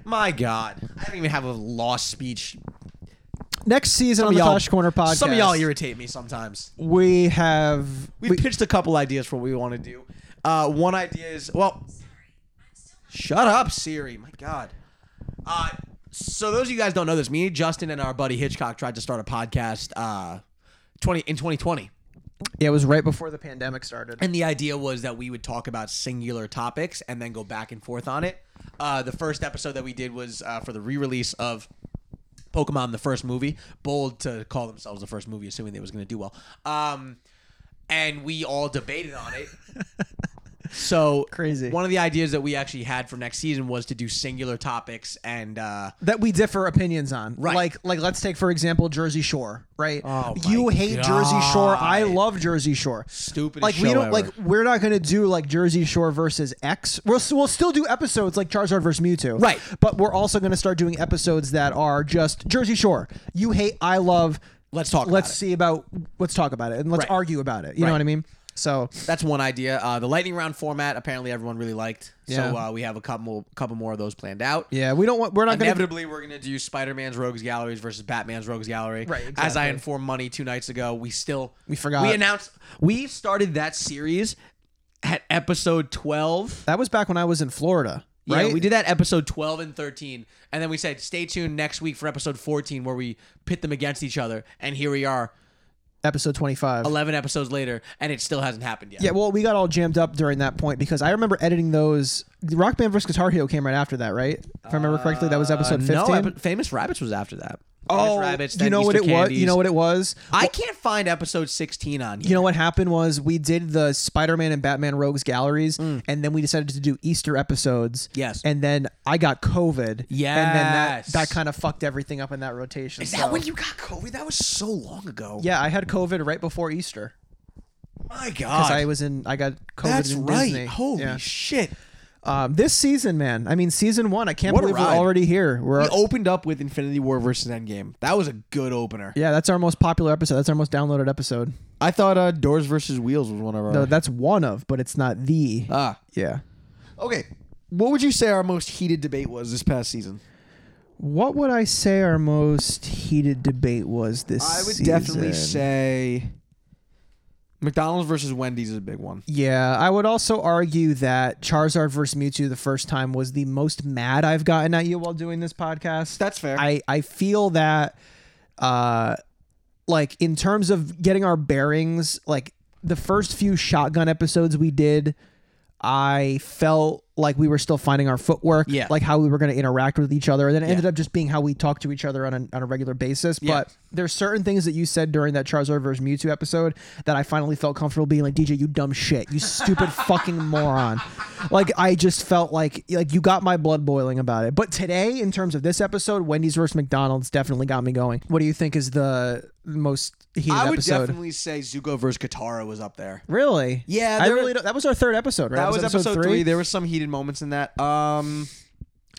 [SPEAKER 2] My God, I don't even have a lost speech.
[SPEAKER 1] Next season on the Clash Corner podcast,
[SPEAKER 2] Some of y'all irritate me sometimes.
[SPEAKER 1] we have
[SPEAKER 2] We, pitched a couple ideas for what we want to do. Uh, one idea is well. Shut up, Siri. My God. Uh, so those of you guys don't know this, me, Justin, and our buddy Hitchcock tried to start a podcast uh, twenty in twenty twenty.
[SPEAKER 1] yeah, it was right before the pandemic started.
[SPEAKER 2] And the idea was that we would talk about singular topics and then go back and forth on it. Uh, the first episode that we did was uh, for the re release of Pokemon, the first movie. Bold to call themselves the first movie, assuming they was going to do well. Um, and we all debated on it. so
[SPEAKER 1] Crazy.
[SPEAKER 2] One of the ideas that we actually had for next season was to do singular topics and uh,
[SPEAKER 1] that we differ opinions on.
[SPEAKER 2] Right.
[SPEAKER 1] Like like let's take for example Jersey Shore, right?
[SPEAKER 2] Oh my
[SPEAKER 1] you hate Jersey Shore, I
[SPEAKER 2] God.
[SPEAKER 1] love Jersey Shore.
[SPEAKER 2] stupid.
[SPEAKER 1] Like we don't like we're not gonna do like Jersey Shore versus X. We'll s- we'll still do episodes like Charizard versus Mewtwo,
[SPEAKER 2] Right.
[SPEAKER 1] But we're also gonna start doing episodes that are just Jersey Shore. You hate, I love.
[SPEAKER 2] Let's talk about
[SPEAKER 1] Let's
[SPEAKER 2] it.
[SPEAKER 1] see about let's talk about it and let's
[SPEAKER 2] Right.
[SPEAKER 1] argue about it. You know
[SPEAKER 2] Right.
[SPEAKER 1] what I mean? So
[SPEAKER 2] that's one idea. Uh, the lightning round format apparently everyone really liked. So
[SPEAKER 1] Yeah.
[SPEAKER 2] uh, we have a couple couple more of those planned out.
[SPEAKER 1] yeah, we don't want we're not gonna
[SPEAKER 2] Inevitably, we're going to do Spider Man's Rogues Galleries versus Batman's Rogues Gallery.
[SPEAKER 1] Right,
[SPEAKER 2] As I
[SPEAKER 1] exactly.
[SPEAKER 2] informed Money two nights ago, we still
[SPEAKER 1] We forgot.
[SPEAKER 2] We announced we started that series at episode 12.
[SPEAKER 1] That was back when I was in Florida, right?
[SPEAKER 2] Yeah, we did that episode 12 and 13. And then we said, stay tuned next week for episode 14 where we pit them against each other. And here we are,
[SPEAKER 1] episode 25.
[SPEAKER 2] 11 episodes later, and it still hasn't happened yet.
[SPEAKER 1] Yeah, well, we got all jammed up during that point because I remember editing those. Rock Band vs. Guitar Hero came right after that, right? If I remember correctly, that was episode 15.
[SPEAKER 2] Uh, No, epi- Famous Rabbits was after that. Famous Rabbits,
[SPEAKER 1] Oh, you
[SPEAKER 2] then
[SPEAKER 1] know what it
[SPEAKER 2] Easter
[SPEAKER 1] was?
[SPEAKER 2] Candies.
[SPEAKER 1] You know what it was?
[SPEAKER 2] I can't find episode 16 on
[SPEAKER 1] You
[SPEAKER 2] here.
[SPEAKER 1] know what happened was we did the Spider-Man and Batman Rogues galleries, and then we decided to do Easter episodes.
[SPEAKER 2] Mm. Yes.
[SPEAKER 1] And then I got COVID. And then that,
[SPEAKER 2] Yes.
[SPEAKER 1] that kind of fucked everything up in that rotation.
[SPEAKER 2] Is that
[SPEAKER 1] so-
[SPEAKER 2] when you got COVID? That was so long ago.
[SPEAKER 1] Yeah, I had COVID right before Easter
[SPEAKER 2] My
[SPEAKER 1] because
[SPEAKER 2] God.
[SPEAKER 1] I was in. I got COVID
[SPEAKER 2] That's
[SPEAKER 1] in
[SPEAKER 2] right.
[SPEAKER 1] Disney.
[SPEAKER 2] Holy
[SPEAKER 1] Yeah.
[SPEAKER 2] shit.
[SPEAKER 1] um, this season, man. I mean, season one. I can't
[SPEAKER 2] What a
[SPEAKER 1] believe we're
[SPEAKER 2] ride.
[SPEAKER 1] already here. We're
[SPEAKER 2] We opened up with Infinity War versus Endgame. That was a good opener.
[SPEAKER 1] yeah, that's our most popular episode. That's our most downloaded episode.
[SPEAKER 2] I thought uh, Doors versus Wheels was one of our.
[SPEAKER 1] No, that's one of, but it's not the.
[SPEAKER 2] ah,
[SPEAKER 1] yeah.
[SPEAKER 2] okay. What would you say our most heated debate was this past season?
[SPEAKER 1] What would I say our most heated debate was this?
[SPEAKER 2] I would
[SPEAKER 1] season?
[SPEAKER 2] definitely say McDonald's versus Wendy's is a big one.
[SPEAKER 1] Yeah, I would also argue that Charizard versus Mewtwo the first time was the most mad I've gotten at you while doing this podcast.
[SPEAKER 2] That's fair.
[SPEAKER 1] I I feel that, uh, like in terms of getting our bearings, like the first few shotgun episodes we did, I felt like we were still finding our footwork,
[SPEAKER 2] Yeah.
[SPEAKER 1] like how we were going to interact with each other, and then it ended up just being how we talk to each other on a, on a regular basis. But there's certain things that you said during that Charizard versus Mewtwo episode that I finally felt comfortable being like, DJ, you dumb shit, you stupid fucking moron. Like I just felt like like you got my blood boiling about it. But today, in terms of this episode, Wendy's versus McDonald's definitely got me going. What do you think is the most heated
[SPEAKER 2] I would
[SPEAKER 1] episode?
[SPEAKER 2] definitely say Zuko versus Katara was up there.
[SPEAKER 1] really?
[SPEAKER 2] Yeah,
[SPEAKER 1] I
[SPEAKER 2] there-
[SPEAKER 1] really. Don't, that was our third episode, right?
[SPEAKER 2] That was episode three. There were some heated moments in that. Um,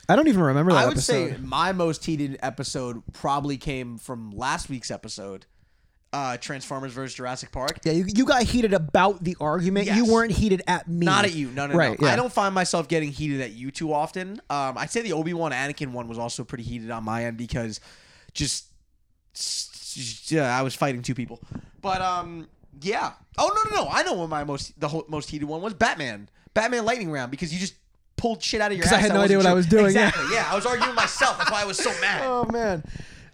[SPEAKER 1] I don't even remember that
[SPEAKER 2] I would
[SPEAKER 1] episode.
[SPEAKER 2] say my most heated episode probably came from last week's episode, uh, Transformers versus Jurassic Park.
[SPEAKER 1] Yeah, you, you got heated about the argument. You
[SPEAKER 2] Yes.
[SPEAKER 1] weren't heated at me.
[SPEAKER 2] Not at you. No, no,
[SPEAKER 1] Right,
[SPEAKER 2] no.
[SPEAKER 1] yeah.
[SPEAKER 2] I don't find myself getting heated at you too often. Um, I'd say the Obi Wan Anakin one was also pretty heated on my end because just, s- yeah, I was fighting two people. But um, yeah. Oh no, no, no. I know what my most the whole, most heated one was Batman. Batman Lightning Round because you just pulled shit out of your. Because
[SPEAKER 1] I had no idea what I was doing, yeah.
[SPEAKER 2] Exactly. Yeah, I was arguing with myself. That's why I was so mad.
[SPEAKER 1] Oh man.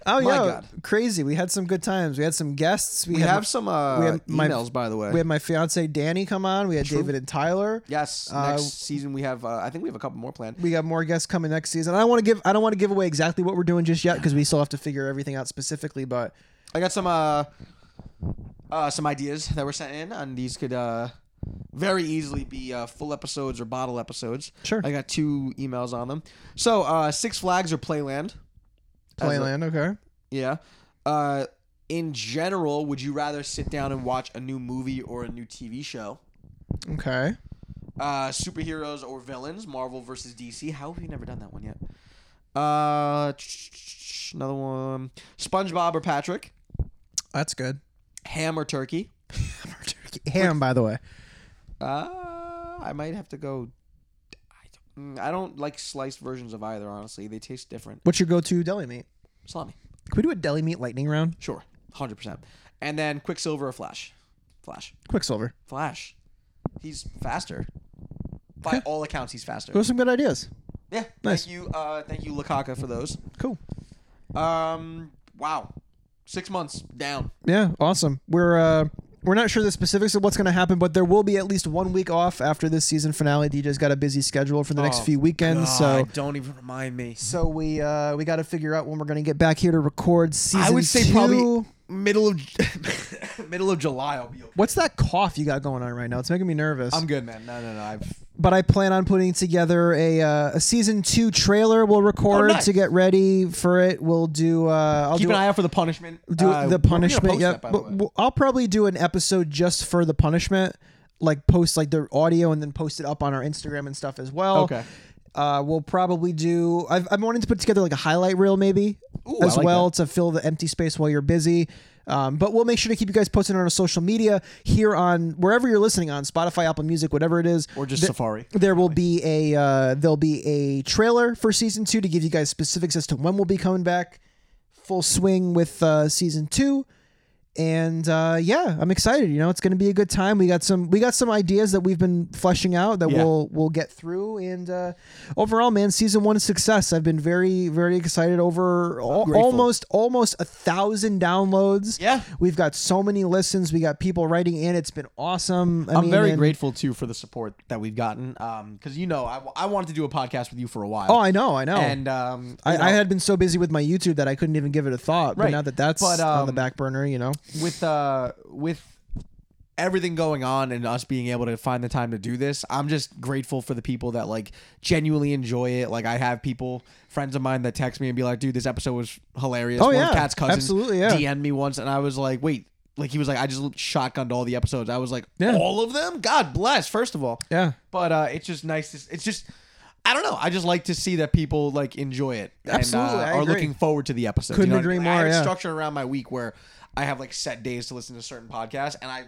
[SPEAKER 1] Oh
[SPEAKER 2] My
[SPEAKER 1] yeah,
[SPEAKER 2] God.
[SPEAKER 1] crazy. We had some good times. We had some guests. We,
[SPEAKER 2] we
[SPEAKER 1] had,
[SPEAKER 2] have some uh,
[SPEAKER 1] we had my-
[SPEAKER 2] emails, by the way.
[SPEAKER 1] We had my fiance Danny come on. We had David and Tyler.
[SPEAKER 2] yes,
[SPEAKER 1] Uh,
[SPEAKER 2] next season we have. Uh, I think we have a couple more planned.
[SPEAKER 1] We got more guests coming next season. I don't want to give. I don't want to give away exactly what we're doing just yet because we still have to figure everything out specifically. But
[SPEAKER 2] I got some uh, uh some ideas that were sent in, and these could uh very easily be uh, full episodes or bottle episodes.
[SPEAKER 1] Sure.
[SPEAKER 2] I got two emails on them. So uh, Six Flags or Playland? As a-
[SPEAKER 1] Playland, okay.
[SPEAKER 2] yeah. Uh, in general, would you rather sit down and watch a new movie or a new TV show?
[SPEAKER 1] Okay.
[SPEAKER 2] Uh, superheroes or villains? Marvel versus DC. How have we never done that one yet? Uh, another one. SpongeBob or Patrick?
[SPEAKER 1] That's good.
[SPEAKER 2] Ham or turkey?
[SPEAKER 1] Ham, by the way.
[SPEAKER 2] Uh, I might have to go. I don't- mm, I don't like sliced versions of either. Honestly, they taste different.
[SPEAKER 1] What's your go-to deli meat?
[SPEAKER 2] Salami,
[SPEAKER 1] Can we do a deli meat lightning round?
[SPEAKER 2] sure, hundred percent. And then Quicksilver or Flash, Flash,
[SPEAKER 1] Quicksilver.
[SPEAKER 2] Flash. He's faster. By all accounts, he's faster.
[SPEAKER 1] Those are some good ideas.
[SPEAKER 2] Yeah.
[SPEAKER 1] Nice.
[SPEAKER 2] Thank you, uh, thank you, Lakaka, for those.
[SPEAKER 1] Cool.
[SPEAKER 2] Um, wow, six months down.
[SPEAKER 1] Yeah, awesome. We're uh we're not sure the specifics of what's going to happen, but there will be at least one week off after this season finale. DJ's got a busy schedule for the next
[SPEAKER 2] Oh,
[SPEAKER 1] few weekends, so
[SPEAKER 2] God, don't even remind me.
[SPEAKER 1] so we uh we got to figure out when we're going to get back here to record season.
[SPEAKER 2] I would say
[SPEAKER 1] two.
[SPEAKER 2] probably middle of middle of July. I'll be. Okay.
[SPEAKER 1] What's that cough you got going on right now? It's making me nervous.
[SPEAKER 2] I'm good, man. No, no, no. I've
[SPEAKER 1] Um, but I plan on putting together a uh, a season two trailer. We'll record
[SPEAKER 2] Oh, nice.
[SPEAKER 1] to get ready for it. We'll do. Uh, I'll
[SPEAKER 2] Keep
[SPEAKER 1] do
[SPEAKER 2] an eye out for the punishment.
[SPEAKER 1] do
[SPEAKER 2] Uh,
[SPEAKER 1] the
[SPEAKER 2] we're gonna
[SPEAKER 1] punishment.
[SPEAKER 2] post
[SPEAKER 1] Yeah,
[SPEAKER 2] that, by the
[SPEAKER 1] but
[SPEAKER 2] way.
[SPEAKER 1] w- I'll probably do an episode just for the punishment, like post like the audio and then post it up on our Instagram and stuff as well.
[SPEAKER 2] Okay.
[SPEAKER 1] Uh, we'll probably do. I've, I'm wanting to put together like a highlight reel maybe
[SPEAKER 2] Ooh,
[SPEAKER 1] as
[SPEAKER 2] I like
[SPEAKER 1] well to fill the empty space while you're busy. Um, but we'll make sure to keep you guys posted on our social media here on wherever you're listening on Spotify, Apple Music, whatever it is,
[SPEAKER 2] or just
[SPEAKER 1] Th-
[SPEAKER 2] Safari.
[SPEAKER 1] there will be a uh, there'll be a trailer for season two to give you guys specifics as to when we'll be coming back full swing with uh, season two and uh, yeah, I'm excited. You know, it's going to be a good time. We got some we got some ideas that we've been fleshing out that
[SPEAKER 2] Yeah.
[SPEAKER 1] we'll we'll get through. And uh, overall, man, season one is success. I've been very very excited over al-
[SPEAKER 2] grateful.
[SPEAKER 1] almost almost a thousand downloads.
[SPEAKER 2] Yeah.
[SPEAKER 1] we've got so many listens. We got people writing in. It's been awesome. I
[SPEAKER 2] I'm
[SPEAKER 1] mean,
[SPEAKER 2] very
[SPEAKER 1] and-
[SPEAKER 2] grateful too for the support that we've gotten. Um, because you know, I, I wanted to do a podcast with you for a while.
[SPEAKER 1] Oh, I know, I know.
[SPEAKER 2] and um,
[SPEAKER 1] I,
[SPEAKER 2] you know,
[SPEAKER 1] I had been so busy with my YouTube that I couldn't even give it a thought. But
[SPEAKER 2] Right.
[SPEAKER 1] now that that's
[SPEAKER 2] But,
[SPEAKER 1] on the
[SPEAKER 2] um,
[SPEAKER 1] back burner, you know.
[SPEAKER 2] with uh with everything going on and us being able to find the time to do this i'm just grateful for the people that like genuinely enjoy it like i have people friends of mine that text me and be like dude this episode was hilarious
[SPEAKER 1] Oh,
[SPEAKER 2] One of
[SPEAKER 1] yeah.
[SPEAKER 2] cat's cousins
[SPEAKER 1] Absolutely, yeah.
[SPEAKER 2] dm me once and i was like wait like he was like i just shotgunned all the episodes i was like
[SPEAKER 1] Yeah.
[SPEAKER 2] all of them god bless first of all
[SPEAKER 1] Yeah.
[SPEAKER 2] but uh it's just nice to, it's just i don't know i just like to see that people like enjoy it
[SPEAKER 1] Absolutely, I
[SPEAKER 2] and uh, are
[SPEAKER 1] agree.
[SPEAKER 2] looking forward to the episode
[SPEAKER 1] Couldn't
[SPEAKER 2] what I mean?
[SPEAKER 1] agree
[SPEAKER 2] Like, I
[SPEAKER 1] more,
[SPEAKER 2] have
[SPEAKER 1] yeah.
[SPEAKER 2] a structure around my week where I have like set days to listen to certain podcasts, and I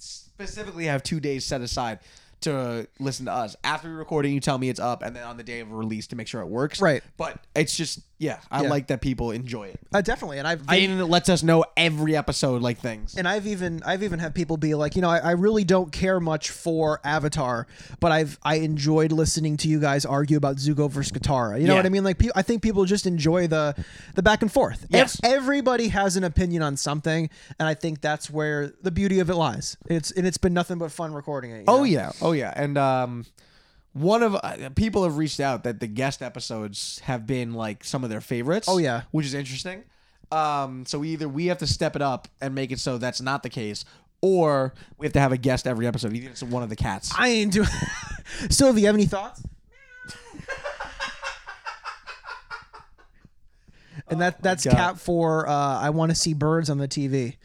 [SPEAKER 2] specifically have two days set aside to listen to us. After recording, you tell me it's up, and then on the day of release to make sure it works.
[SPEAKER 1] Right.
[SPEAKER 2] But it's just yeah, I
[SPEAKER 1] Yeah.
[SPEAKER 2] like that people enjoy it.
[SPEAKER 1] Uh, definitely. And I've I-
[SPEAKER 2] I, and it lets us know every episode like things.
[SPEAKER 1] and I've even I've even had people be like, you know, I, I really don't care much for Avatar, but I've I enjoyed listening to you guys argue about Zuko versus Katara. You know
[SPEAKER 2] Yeah.
[SPEAKER 1] what I mean? Like, pe- I think people just enjoy the the back and forth. Ev-
[SPEAKER 2] Yes.
[SPEAKER 1] everybody has an opinion on something, and I think that's where the beauty of it lies. It's and it's been nothing but fun recording it. you
[SPEAKER 2] Oh
[SPEAKER 1] know?
[SPEAKER 2] yeah, oh yeah, and um, one of uh, people have reached out that the guest episodes have been like some of their favorites.
[SPEAKER 1] Oh, yeah.
[SPEAKER 2] which is interesting. Um, so we either we have to step it up and make it so that's not the case, or we have to have a guest every episode. Even if it's one of the cats.
[SPEAKER 1] I ain't doing. Sylvie, you have any thoughts? and that that's
[SPEAKER 2] Oh God.
[SPEAKER 1] cap for uh, I want to see birds on the TV.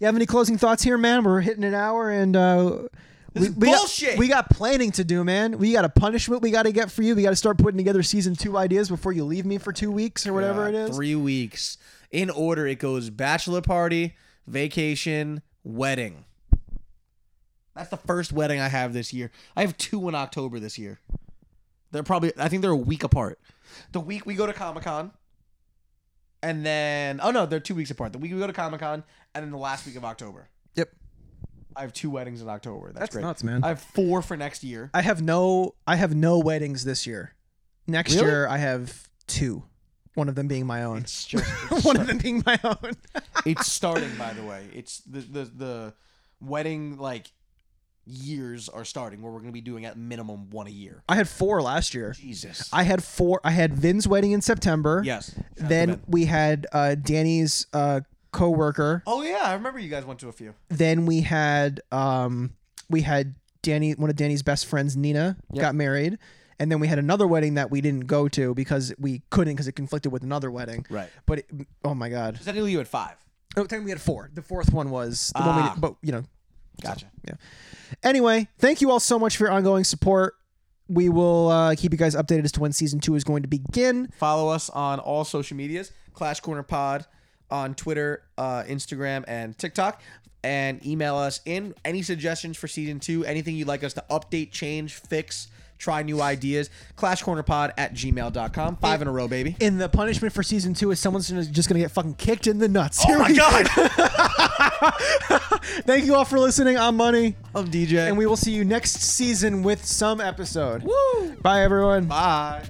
[SPEAKER 1] You have any closing thoughts here, man? We're hitting an hour and. Uh, we,
[SPEAKER 2] is
[SPEAKER 1] we got-
[SPEAKER 2] bullshit.
[SPEAKER 1] we got planning to do, man. We got a punishment we got to get for you. We got to start putting together season two ideas before you leave me for two weeks or whatever
[SPEAKER 2] Uh,
[SPEAKER 1] it is.
[SPEAKER 2] Three weeks in order. It goes bachelor party, vacation, wedding. That's the first wedding I have this year. I have two in October this year. They're probably I think they're a week apart. The week we go to Comic Con, and then oh no, they're two weeks apart. The week we go to Comic Con, and then the last week of October.
[SPEAKER 1] Yep.
[SPEAKER 2] I have two weddings in October. That's,
[SPEAKER 1] That's
[SPEAKER 2] great.
[SPEAKER 1] nuts, man.
[SPEAKER 2] I have four for next year.
[SPEAKER 1] I have no I have no weddings this year. Next
[SPEAKER 2] Really?
[SPEAKER 1] year I have two. One of them being my own.
[SPEAKER 2] It's just it's
[SPEAKER 1] One of them being my own.
[SPEAKER 2] it's starting by the way it's the the the wedding like years are starting where we're going to be doing at minimum one a year
[SPEAKER 1] I had four last year.
[SPEAKER 2] jesus
[SPEAKER 1] I had four I had Vin's wedding in September.
[SPEAKER 2] yes Shout out to
[SPEAKER 1] Then
[SPEAKER 2] Ben.
[SPEAKER 1] we had uh, Danny's uh, coworker.
[SPEAKER 2] oh yeah i remember you guys went to a few
[SPEAKER 1] Then we had um, we had Danny one of Danny's best friends Nina
[SPEAKER 2] Yep.
[SPEAKER 1] got married. And then we had another wedding that we didn't go to because we couldn't because it conflicted with another wedding.
[SPEAKER 2] right
[SPEAKER 1] But it, oh my god.
[SPEAKER 2] because i knew you had five
[SPEAKER 1] No, technically we had four. The fourth one was the one
[SPEAKER 2] Ah.
[SPEAKER 1] we, but you know.
[SPEAKER 2] gotcha
[SPEAKER 1] Anyway, thank you all so much for your ongoing support. We will uh, keep you guys updated as to when season two is going to begin.
[SPEAKER 2] follow us on all social medias clash corner pod on twitter uh, instagram and tiktok and email us in any suggestions for season two anything you'd like us to update change fix try new ideas clash corner pod at gmail.com five in a row baby
[SPEAKER 1] And the punishment for season two is someone's gonna- just going to get fucking kicked in the nuts. Here
[SPEAKER 2] oh my
[SPEAKER 1] we-
[SPEAKER 2] god
[SPEAKER 1] Thank you all for listening. I'm Money,
[SPEAKER 2] I'm DJ.
[SPEAKER 1] and we will see you next season with some episode.
[SPEAKER 2] Woo!
[SPEAKER 1] Bye, everyone.
[SPEAKER 2] Bye.